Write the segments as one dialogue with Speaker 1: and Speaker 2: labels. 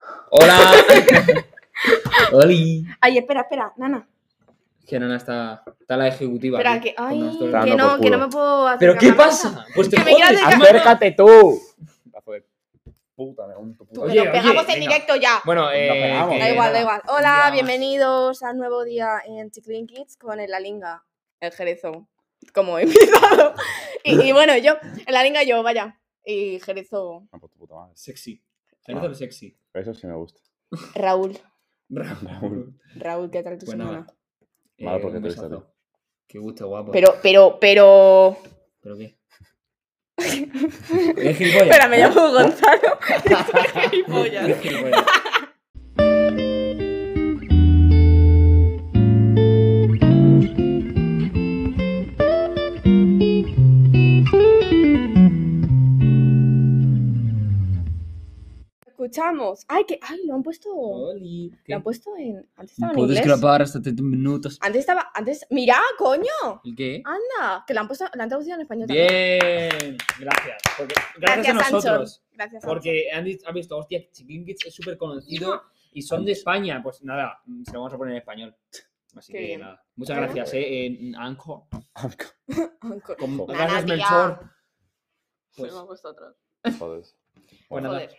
Speaker 1: Hola. Oli.
Speaker 2: Ay, espera, espera, Nana.
Speaker 1: Que no, no, está, está la ejecutiva.
Speaker 2: Espera,
Speaker 1: aquí.
Speaker 2: que, ay,
Speaker 1: Con Astor.
Speaker 2: que
Speaker 3: Dando
Speaker 2: no,
Speaker 3: por
Speaker 2: que no
Speaker 3: culo.
Speaker 2: me puedo hacer.
Speaker 1: pues. ¿Pero qué pasa? Pues te
Speaker 2: Que me quiero
Speaker 1: jodes.
Speaker 2: acercar.
Speaker 3: ¡Acércate tú! Pedazo de Puta, me un
Speaker 2: Tú,
Speaker 3: puto.
Speaker 2: que
Speaker 1: Oye,
Speaker 2: nos pegamos
Speaker 1: oye,
Speaker 2: en
Speaker 1: venga.
Speaker 2: directo ya.
Speaker 1: Bueno, eh.
Speaker 3: pegamos.
Speaker 1: que
Speaker 2: da igual, da
Speaker 1: nada.
Speaker 2: igual. Hola,
Speaker 1: Ya.
Speaker 2: bienvenidos a nuevo día en Chiclin Kids con el Lalinga, el Jerezo, como invitado. y, y bueno, yo, el Lalinga yo, vaya. Y Jerezo,
Speaker 3: No, pues tu puta madre.
Speaker 1: Sexy. Cereza
Speaker 3: Ah.
Speaker 1: sexy.
Speaker 3: Eso sí me gusta.
Speaker 2: Raúl.
Speaker 1: Raúl.
Speaker 2: Raúl, ¿qué tal tu
Speaker 1: Pues
Speaker 2: semana?
Speaker 1: nada.
Speaker 3: Malo porque
Speaker 1: un
Speaker 3: te he visto a
Speaker 1: besazo. Qué gusto, guapo.
Speaker 2: Pero, pero, pero.
Speaker 1: ¿Pero qué? ¿Eres gilipollas?
Speaker 2: Espera, me llamo Gonzalo. Soy
Speaker 1: Eres
Speaker 2: gilipollas.
Speaker 1: gilipollas.
Speaker 2: Escuchamos. Ay, que. Ay, lo han puesto.
Speaker 1: Oli.
Speaker 2: Lo han
Speaker 1: Oh, ¿Qué?
Speaker 2: puesto en. Antes estaba en
Speaker 1: Puedes
Speaker 2: inglés.
Speaker 1: grabar hasta 30 minutos.
Speaker 2: Antes estaba. Antes. ¡Mirá, coño!
Speaker 1: ¿El qué?
Speaker 2: ¡Anda! Que lo han puesto. Lo han traducido en español Ah, también.
Speaker 1: Bien, gracias. Porque- gracias, a
Speaker 2: Sancho.
Speaker 1: nosotros.
Speaker 2: Gracias, Sancho.
Speaker 1: Porque han, dicho- han visto, hostia, Chicken Kids es súper conocido y son de España. Pues nada, mm, se lo vamos a poner en español. Así
Speaker 2: Qué
Speaker 1: que
Speaker 2: bien.
Speaker 1: nada. Muchas
Speaker 2: Bueno.
Speaker 1: gracias, eh, en Anco.
Speaker 2: Anco-
Speaker 1: Con
Speaker 3: Joder.
Speaker 1: gracias,
Speaker 2: Nada, tía.
Speaker 1: Melchor. Pues,
Speaker 2: Fuimos vosotros.
Speaker 3: Joder.
Speaker 1: pues nada.
Speaker 2: Joder.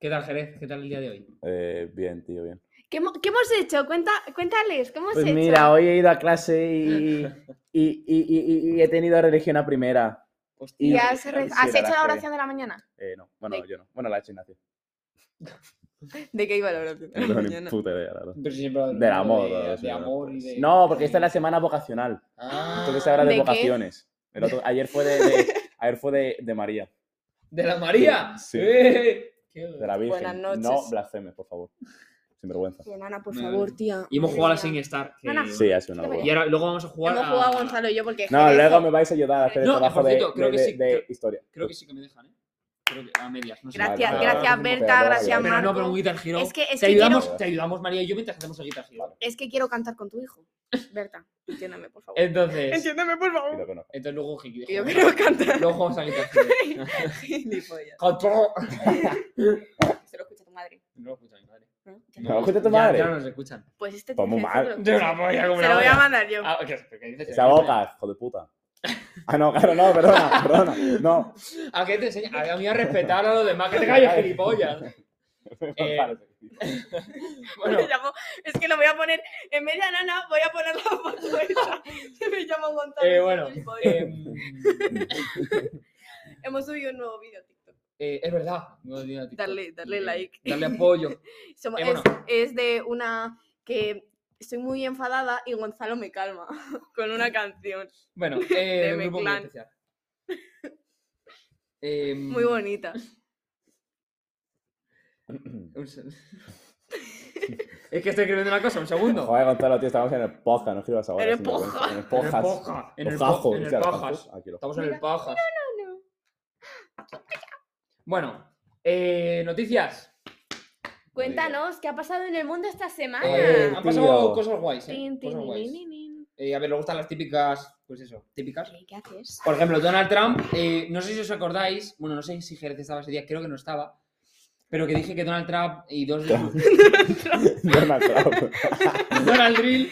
Speaker 1: ¿Qué tal, Jerez? ¿Qué tal el día de hoy?
Speaker 3: Eh, bien, tío, bien.
Speaker 2: ¿Qué, hemo- qué hemos hecho? Cuenta, cuéntales, ¿qué hemos
Speaker 3: Pues
Speaker 2: hecho?
Speaker 3: mira, hoy he ido a clase y, y- y- y- y- y he tenido religión a primera.
Speaker 2: ¿Y
Speaker 3: y-
Speaker 2: has, re-
Speaker 3: sí,
Speaker 2: has
Speaker 3: la
Speaker 2: hecho
Speaker 3: verdad
Speaker 1: pues.
Speaker 2: la
Speaker 3: que-
Speaker 2: oración de la mañana?
Speaker 3: Eh, no, bueno,
Speaker 2: Sí.
Speaker 3: yo no. Bueno, la he hecho Ignacio.
Speaker 2: ¿De qué iba la oración
Speaker 3: No tengo ni puta idea, la verdad.
Speaker 1: Pero si siempre hablamos
Speaker 3: Del amor.
Speaker 1: De,
Speaker 3: todo
Speaker 1: de
Speaker 3: eso, ¿no?
Speaker 1: amor y de.
Speaker 3: No, porque esta es la semana vocacional.
Speaker 1: Ah,
Speaker 3: Entonces se habla
Speaker 2: ¿De
Speaker 3: de
Speaker 2: qué?
Speaker 3: vocaciones. El otro- ayer fue de, de- ayer fue de, de María,
Speaker 1: ¡De la María!
Speaker 3: Sí.
Speaker 1: ¡Eh! Qué-
Speaker 3: de la Virgen.
Speaker 2: Buenas noches.
Speaker 3: No blasfemes, por favor. Sin vergüenza.
Speaker 2: Nana, por
Speaker 1: Nada.
Speaker 2: favor, tía.
Speaker 1: Y hemos jugado a la Sing Star. que-
Speaker 2: Nana.
Speaker 3: Sí, ha sido una
Speaker 2: Qué
Speaker 3: hueva.
Speaker 1: Y ahora luego vamos a jugar.
Speaker 2: Hemos
Speaker 1: a-
Speaker 2: jugado Gonzalo y yo porque...
Speaker 3: No, luego me vais a ayudar a hacer el
Speaker 1: No,
Speaker 3: trabajo
Speaker 1: por
Speaker 3: de,
Speaker 1: cierto, creo
Speaker 3: de-
Speaker 1: que
Speaker 3: de-
Speaker 1: sí,
Speaker 3: de
Speaker 1: creo-
Speaker 3: historia.
Speaker 1: Creo que sí que me dejan, ¿eh? Creo que a medias. No sé.
Speaker 2: Gracias,
Speaker 3: Vale, vale,
Speaker 2: gracias
Speaker 3: vale.
Speaker 2: Berta,
Speaker 3: Pero
Speaker 2: gracias
Speaker 1: Pero no,
Speaker 2: Marco.
Speaker 1: pero un Guitar Hero.
Speaker 2: Es que- es
Speaker 1: te,
Speaker 2: que
Speaker 1: ayudamos,
Speaker 3: quiero-
Speaker 1: te ayudamos, María y yo, mientras hacemos el Guitar Hero.
Speaker 2: Es que quiero cantar con tu hijo. Berta, entiéndame, por favor.
Speaker 1: Entonces,
Speaker 2: Entiéndame, por
Speaker 3: Y lo
Speaker 2: favor.
Speaker 3: que no.
Speaker 1: entonces luego Hiki.
Speaker 2: Que yo quiero cantar.
Speaker 1: Luego jugamos a Guitar Hero.
Speaker 2: Gilipollas.
Speaker 1: Control.
Speaker 2: Se lo escucha tu madre.
Speaker 1: No lo escuchan, madre.
Speaker 2: ¿no? Ya.
Speaker 3: No, escucha tu
Speaker 1: Ya-
Speaker 3: madre.
Speaker 1: Ya no nos escuchan.
Speaker 2: Pues este
Speaker 3: Pues muy
Speaker 2: tiene que
Speaker 3: mal.
Speaker 2: hacerlo.
Speaker 1: De una polla como
Speaker 2: Se
Speaker 1: una
Speaker 2: lo voy a
Speaker 1: polla.
Speaker 2: mandar yo.
Speaker 1: Ah, ¿qué, qué dices?
Speaker 3: ¡Esa boca, hijo de puta! Ah, no, claro, no, perdona, perdona. No.
Speaker 1: ¿A qué te enseña? A mí a respetar a los demás. Que te calles, gilipollas. Eh, Bueno,
Speaker 2: Me llamó- es que lo voy a poner en media nana, voy a poner la foto esa. Se me llama Gonzalo.
Speaker 1: eh,
Speaker 2: es
Speaker 1: bueno.
Speaker 2: un gilipollas.
Speaker 1: em,
Speaker 2: Hemos subido un nuevo vídeo a TikTok.
Speaker 1: eh, es verdad. No lo digo a ti.
Speaker 2: Darle- darle like.
Speaker 1: Darle apoyo.
Speaker 2: Somos-
Speaker 1: Eh,
Speaker 2: es,
Speaker 1: bueno.
Speaker 2: es de una que estoy muy enfadada y Gonzalo me calma con una canción
Speaker 1: Bueno, eh,
Speaker 2: De
Speaker 1: un grupo muy
Speaker 2: Meclán.
Speaker 1: especial. Em,
Speaker 2: muy bonita.
Speaker 1: un se- es que estoy escribiendo una cosa, un segundo.
Speaker 3: Joder, Gonzalo, tío, estamos en el podcast, no escribas ahora.
Speaker 2: En el
Speaker 3: es una
Speaker 2: podcast.
Speaker 3: vergüenza.
Speaker 1: en
Speaker 3: En el
Speaker 1: el
Speaker 3: podcast.
Speaker 1: poja, en el,
Speaker 3: Los
Speaker 1: po-
Speaker 3: ajos,
Speaker 1: en el
Speaker 3: hostia, los
Speaker 1: pajas.
Speaker 3: ajos. Aquí los-
Speaker 1: Estamos en el
Speaker 2: Mira.
Speaker 1: pajas.
Speaker 2: No, no.
Speaker 1: Bueno, eh, noticias.
Speaker 2: Cuéntanos, ¿qué ha pasado en el mundo esta semana?
Speaker 1: Eh,
Speaker 3: Ah,
Speaker 1: han pasado
Speaker 3: tío.
Speaker 1: cosas guays. eh,
Speaker 2: Tin, tin,
Speaker 1: cosas guays.
Speaker 2: nin, nin,
Speaker 1: Eh, a ver, le gustan las típicas, pues eso, típicas.
Speaker 2: nin. ¿Qué haces?
Speaker 1: Por ejemplo, Donald Trump, eh, no sé si os acordáis, bueno, no sé si Jerez estaba ese día, creo que no estaba, pero que dije que Donald Trump y dos de sus-
Speaker 3: Donald Trump.
Speaker 1: Donald Drill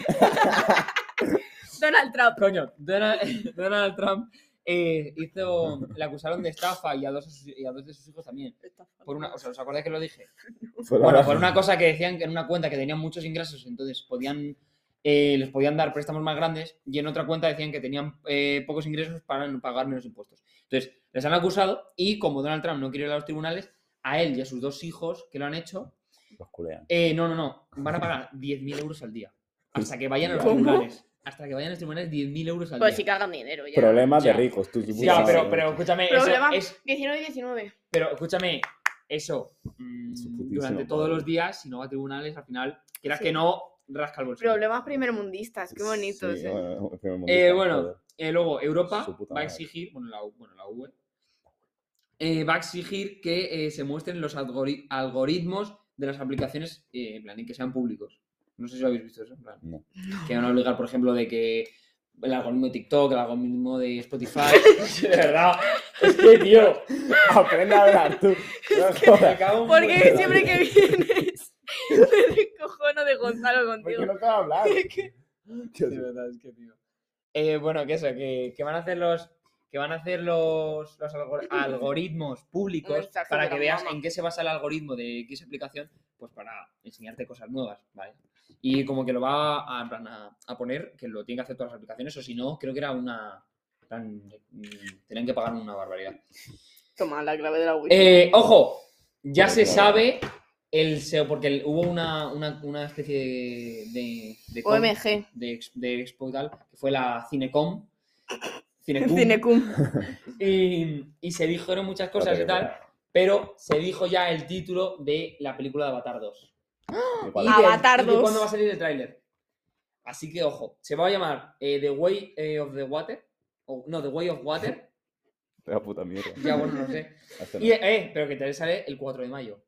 Speaker 2: Donald Trump.
Speaker 1: Coño, Donald, Donald Trump eh, hizo. Le acusaron de estafa y a, dos, de sus- y a dos de sus hijos también. Por una, o
Speaker 2: Pues
Speaker 1: sea, ¿Os acordáis que lo dije? Bueno, por una cosa que decían que en una cuenta que tenían muchos ingresos, entonces podían. eh, les podían dar préstamos más grandes y en otra cuenta decían que tenían eh, pocos ingresos para no pagar menos impuestos. Entonces, les han acusado y como Donald Trump no quiere ir a los tribunales, a él y a sus dos hijos que lo han hecho,
Speaker 3: Los culean.
Speaker 1: eh, no, no, no, van a pagar 10.000 euros al día. Hasta que vayan a los
Speaker 2: ¿Cómo?
Speaker 1: tribunales. Hasta que vayan a los tribunales, 10.000 euros al día.
Speaker 2: Pues sí que hagan dinero ya.
Speaker 3: Problemas
Speaker 1: Ya.
Speaker 3: de ricos, tú. tu
Speaker 1: Sí,
Speaker 3: puta
Speaker 1: ya,
Speaker 3: madre,
Speaker 1: pero,
Speaker 3: ¿no?
Speaker 1: pero escúchame, eso
Speaker 2: Problema-
Speaker 1: es-
Speaker 2: 19 y 19.
Speaker 1: pero escúchame, eso mm,
Speaker 3: Su putísima
Speaker 1: durante todos
Speaker 3: madre.
Speaker 1: los días, si no va a tribunales, al final, quieras
Speaker 2: Sí.
Speaker 1: que no, rasca el bolsillo.
Speaker 2: Problemas primermundistas, qué bonitos.
Speaker 3: Sí,
Speaker 2: eh.
Speaker 3: bueno, primer
Speaker 1: Eh,
Speaker 3: mundista,
Speaker 1: bueno,
Speaker 3: joder.
Speaker 1: Eh, luego, Europa
Speaker 3: Su puta
Speaker 1: va a
Speaker 3: madre.
Speaker 1: exigir, bueno, la, U- bueno, la UE, eh, va a exigir que eh, se muestren los algori- algoritmos de las aplicaciones, eh, en plan, y que sean públicos. No sé si lo habéis visto eso, en plan.
Speaker 3: No.
Speaker 1: Que van a obligar, por ejemplo, de que el algoritmo de TikTok, el algoritmo de Spotify, de verdad,
Speaker 3: Es que, tío, aprende a hablar tú. No jodas.
Speaker 1: me cago en
Speaker 2: Porque
Speaker 1: vuestra
Speaker 2: siempre que vienes algo
Speaker 3: ¿Por
Speaker 2: contigo.
Speaker 3: qué no te va a hablar? Tío,
Speaker 1: Sí, verdad, es que, tío. Eh, bueno, que eso, que, que van a hacer los que van a hacer los, los algor- algoritmos públicos
Speaker 2: Mensaje
Speaker 1: para
Speaker 2: de
Speaker 1: que
Speaker 2: la
Speaker 1: veas
Speaker 2: mama.
Speaker 1: en qué se basa el algoritmo de X aplicación, pues para enseñarte cosas nuevas, ¿vale? Y como que lo va a, en plan, a, a poner, que lo tienen que hacer todas las aplicaciones, o si no, creo que era una... en plan, mm, tenían que pagar una barbaridad.
Speaker 2: Toma, la clave de la Wii.
Speaker 1: Eh, ojo, ya
Speaker 3: Pero
Speaker 1: se
Speaker 3: claro.
Speaker 1: sabe el SEO, porque el- hubo una, una, una especie de, de, de con-
Speaker 2: OMG.
Speaker 1: de, ex- de Expo y tal, que fue la Cinecom. Cinecom.
Speaker 2: Cinecum.
Speaker 1: Y, y se dijeron muchas cosas y tal, pero se dijo ya el título de la película de Avatar 2.
Speaker 3: Igual,
Speaker 1: Y de-
Speaker 2: Avatar
Speaker 1: y de
Speaker 2: 2.
Speaker 1: ¿Cuándo va a salir el tráiler? Así que ojo, se va a llamar eh, The Way eh, of the Water. o- no, The Way of Water.
Speaker 3: la puta mierda.
Speaker 1: Ya bueno, no sé.
Speaker 3: Hasta
Speaker 1: Y, eh, pero que te sale el 4 de mayo.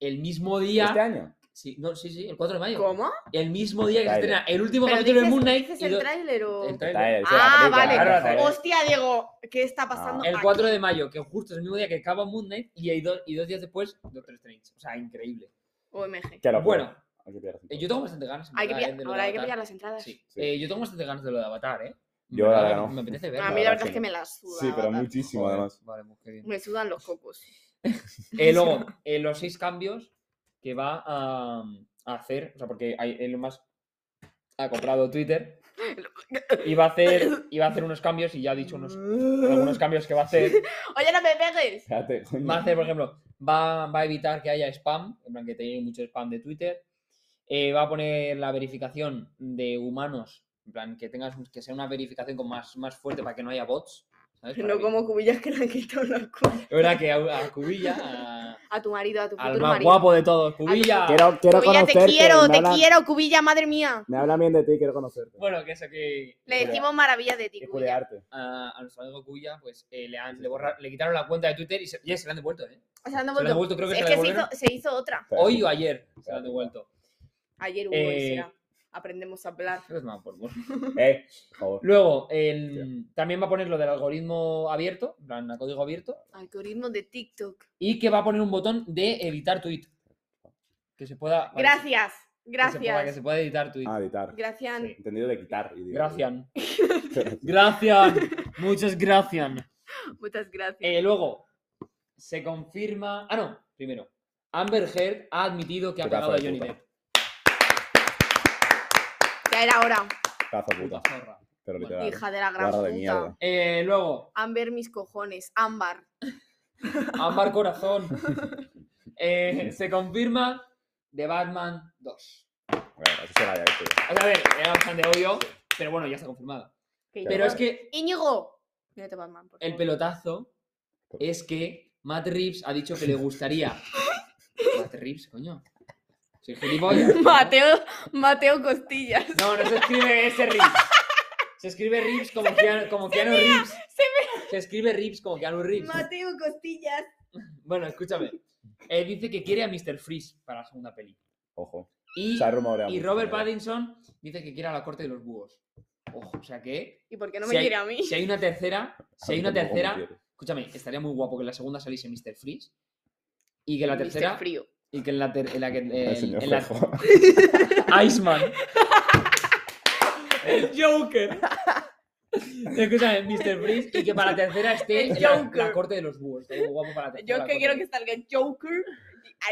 Speaker 1: El mismo día.
Speaker 3: ¿Este año?
Speaker 1: Sí, no, sí, sí, el 4 de mayo.
Speaker 2: ¿Cómo?
Speaker 1: El mismo día que se
Speaker 3: Tráiler.
Speaker 1: estrena el último capítulo de Moon Knight.
Speaker 2: dices
Speaker 1: y
Speaker 2: el
Speaker 1: do-
Speaker 2: tráiler o...?
Speaker 1: el tráiler.
Speaker 3: Está él, sí, la
Speaker 2: Ah,
Speaker 3: película,
Speaker 2: vale.
Speaker 3: claro,
Speaker 1: tráiler.
Speaker 3: joder.
Speaker 2: Hostia, Diego, ¿qué está pasando
Speaker 3: Ah.
Speaker 1: El
Speaker 2: aquí?
Speaker 1: 4 de mayo, que justo es el mismo día que acaba Moon Knight, y, hay do- y dos días después, Doctor Strange. O sea, increíble.
Speaker 2: OMG.
Speaker 3: Qué locura.
Speaker 1: Bueno,
Speaker 3: Hay que pillar-
Speaker 1: eh, yo tengo bastante ganas. en
Speaker 2: Hay que
Speaker 1: verdad,
Speaker 2: pillar-
Speaker 1: eh, de lo
Speaker 2: ahora
Speaker 1: de
Speaker 2: hay que
Speaker 1: Avatar.
Speaker 2: pillar las entradas.
Speaker 1: Sí.
Speaker 3: Sí.
Speaker 1: Eh, yo tengo bastante ganas de lo de Avatar, ¿eh. En
Speaker 3: Yo la
Speaker 1: verdad,
Speaker 3: verdad no.
Speaker 1: Me apetece ver.
Speaker 2: A
Speaker 3: la
Speaker 2: mí la verdad es
Speaker 3: que
Speaker 2: que
Speaker 3: no.
Speaker 2: me la suda.
Speaker 3: Sí, pero
Speaker 2: Avatar.
Speaker 3: muchísimo además.
Speaker 1: Vale, pues qué bien.
Speaker 2: Me sudan los cocos.
Speaker 1: Eh, luego, eh, los seis cambios que va a, a hacer, o sea, porque hay, él más ha comprado Twitter y va a hacer, y va a hacer unos cambios y ya ha dicho unos, algunos cambios que va a hacer.
Speaker 2: Oye, no me pegues.
Speaker 3: Espérate, coño.
Speaker 1: Va a hacer, por ejemplo, va, va a evitar que haya spam, en plan que tenéis mucho spam de Twitter. Eh, va a poner la verificación de humanos, en plan que tengas un- que sea una verificación con más, más fuerte para que no haya bots. ¿sabes? Para
Speaker 2: No
Speaker 1: que-
Speaker 2: como cubillas que le han quitado la cu-
Speaker 1: Es verdad que a, a Cubilla, a-
Speaker 2: A tu marido, a tu
Speaker 1: al
Speaker 2: futuro
Speaker 1: más
Speaker 2: marido.
Speaker 1: guapo de todos, Cubilla.
Speaker 4: Quiero, quiero
Speaker 2: Cubilla, te
Speaker 4: conocerte.
Speaker 2: quiero,
Speaker 4: me
Speaker 2: te
Speaker 4: hablan-
Speaker 2: quiero, cubilla, madre mía.
Speaker 4: Me hablan bien de ti, quiero conocerte.
Speaker 1: Bueno, que eso que
Speaker 2: Le decimos maravillas de ti,
Speaker 4: Y
Speaker 2: cubilla.
Speaker 4: culearte.
Speaker 1: a, a nuestro amigo Cubilla, pues eh, le, han- le, borra- le quitaron la cuenta de Twitter y se, y se la han devuelto, ¿eh?
Speaker 2: O sea, no
Speaker 1: Se la han
Speaker 2: vuelto.
Speaker 1: devuelto, creo que se
Speaker 2: Es
Speaker 1: la
Speaker 2: que se
Speaker 1: devolvieron
Speaker 2: hizo, se hizo otra.
Speaker 1: hoy o ayer, se la han
Speaker 3: Espérate,
Speaker 1: devuelto.
Speaker 2: Ayer hubo
Speaker 1: Eh,
Speaker 2: esa. Aprendemos a hablar.
Speaker 1: Creo que es más por culo.
Speaker 3: Eh, joder.
Speaker 1: Luego, el- también va a poner lo del algoritmo abierto, en plan, a código abierto,
Speaker 2: Algoritmo de TikTok.
Speaker 1: y que va a poner un botón de editar tweet. Que se pueda. vale,
Speaker 2: Gracias,
Speaker 1: que se pueda- Que se,
Speaker 2: gracias.
Speaker 1: pueda editar tweet.
Speaker 3: Ah, editar.
Speaker 2: Gracias.
Speaker 1: Sí.
Speaker 3: Entendido de quitar. y digo,
Speaker 1: gracias. gracias. Muchas gracias.
Speaker 2: Muchas gracias.
Speaker 1: Eh, luego, se confirma. Ah, no, primero. Amber Heard ha admitido que ha pegado
Speaker 3: Pedazo
Speaker 1: a
Speaker 3: de
Speaker 1: Johnny
Speaker 3: puta.
Speaker 1: Depp. Eh.
Speaker 2: Ya era hora.
Speaker 3: Caza puta.
Speaker 1: Puta zorra.
Speaker 3: Pero
Speaker 1: Bueno,
Speaker 3: literal.
Speaker 2: Hija de la gran
Speaker 3: Barra de
Speaker 2: puta.
Speaker 3: mierda.
Speaker 1: Eh, luego,
Speaker 2: Amber, mis cojones. Ámbar.
Speaker 1: Amber Corazón. Eh, se confirma The Batman 2.
Speaker 3: Bueno, eso se la había visto ya.
Speaker 1: O sea, a ver, era bastante obvio, pero bueno, ya está confirmado. Pero
Speaker 3: Claro.
Speaker 1: es que
Speaker 2: Íñigo. Mírate, Batman. por
Speaker 1: el
Speaker 2: favor.
Speaker 1: pelotazo es que Matt Reeves ha dicho que le gustaría. Matt Reeves, coño. Soy gilipollas. ¿no?
Speaker 2: Mateo, Mateo Costillas.
Speaker 1: No, no se escribe ese Reeves. Se escribe Reeves como Keanu, como Keanu Reeves. Se, escribe Reeves como Keanu Reeves.
Speaker 2: Mateo Costillas.
Speaker 1: Bueno, escúchame. Eh, dice que quiere a Mr. Freeze para la segunda peli.
Speaker 3: Ojo.
Speaker 1: Y,
Speaker 3: Se ha rumoreado.
Speaker 1: y
Speaker 3: mucho,
Speaker 1: Robert
Speaker 3: la verdad.
Speaker 1: Pattinson dice que quiere a la corte de los búhos. Ojo, o sea que.
Speaker 2: ¿Y por qué no me
Speaker 1: si hay-
Speaker 2: quiere a mí?
Speaker 1: Si hay una tercera, si
Speaker 3: A
Speaker 1: hay
Speaker 3: mí
Speaker 1: una
Speaker 3: tampoco me
Speaker 1: tercera,
Speaker 3: quiere.
Speaker 1: Escúchame, estaría muy guapo que en la segunda saliese Mr. Freeze y que en la
Speaker 2: Mister
Speaker 1: tercera
Speaker 2: frío.
Speaker 1: y que en la ter- en la que en,
Speaker 3: El señor
Speaker 1: en la
Speaker 3: Fejo.
Speaker 1: Iceman. El Joker. Escúchame, Mr. Freeze y que para la tercera esté
Speaker 2: El
Speaker 1: en la,
Speaker 2: Joker.
Speaker 1: la corte de los búhos. Estaría muy guapo para la tercera.
Speaker 2: Yo
Speaker 1: la
Speaker 2: que
Speaker 1: corte
Speaker 2: quiero
Speaker 1: de-
Speaker 2: que salga Joker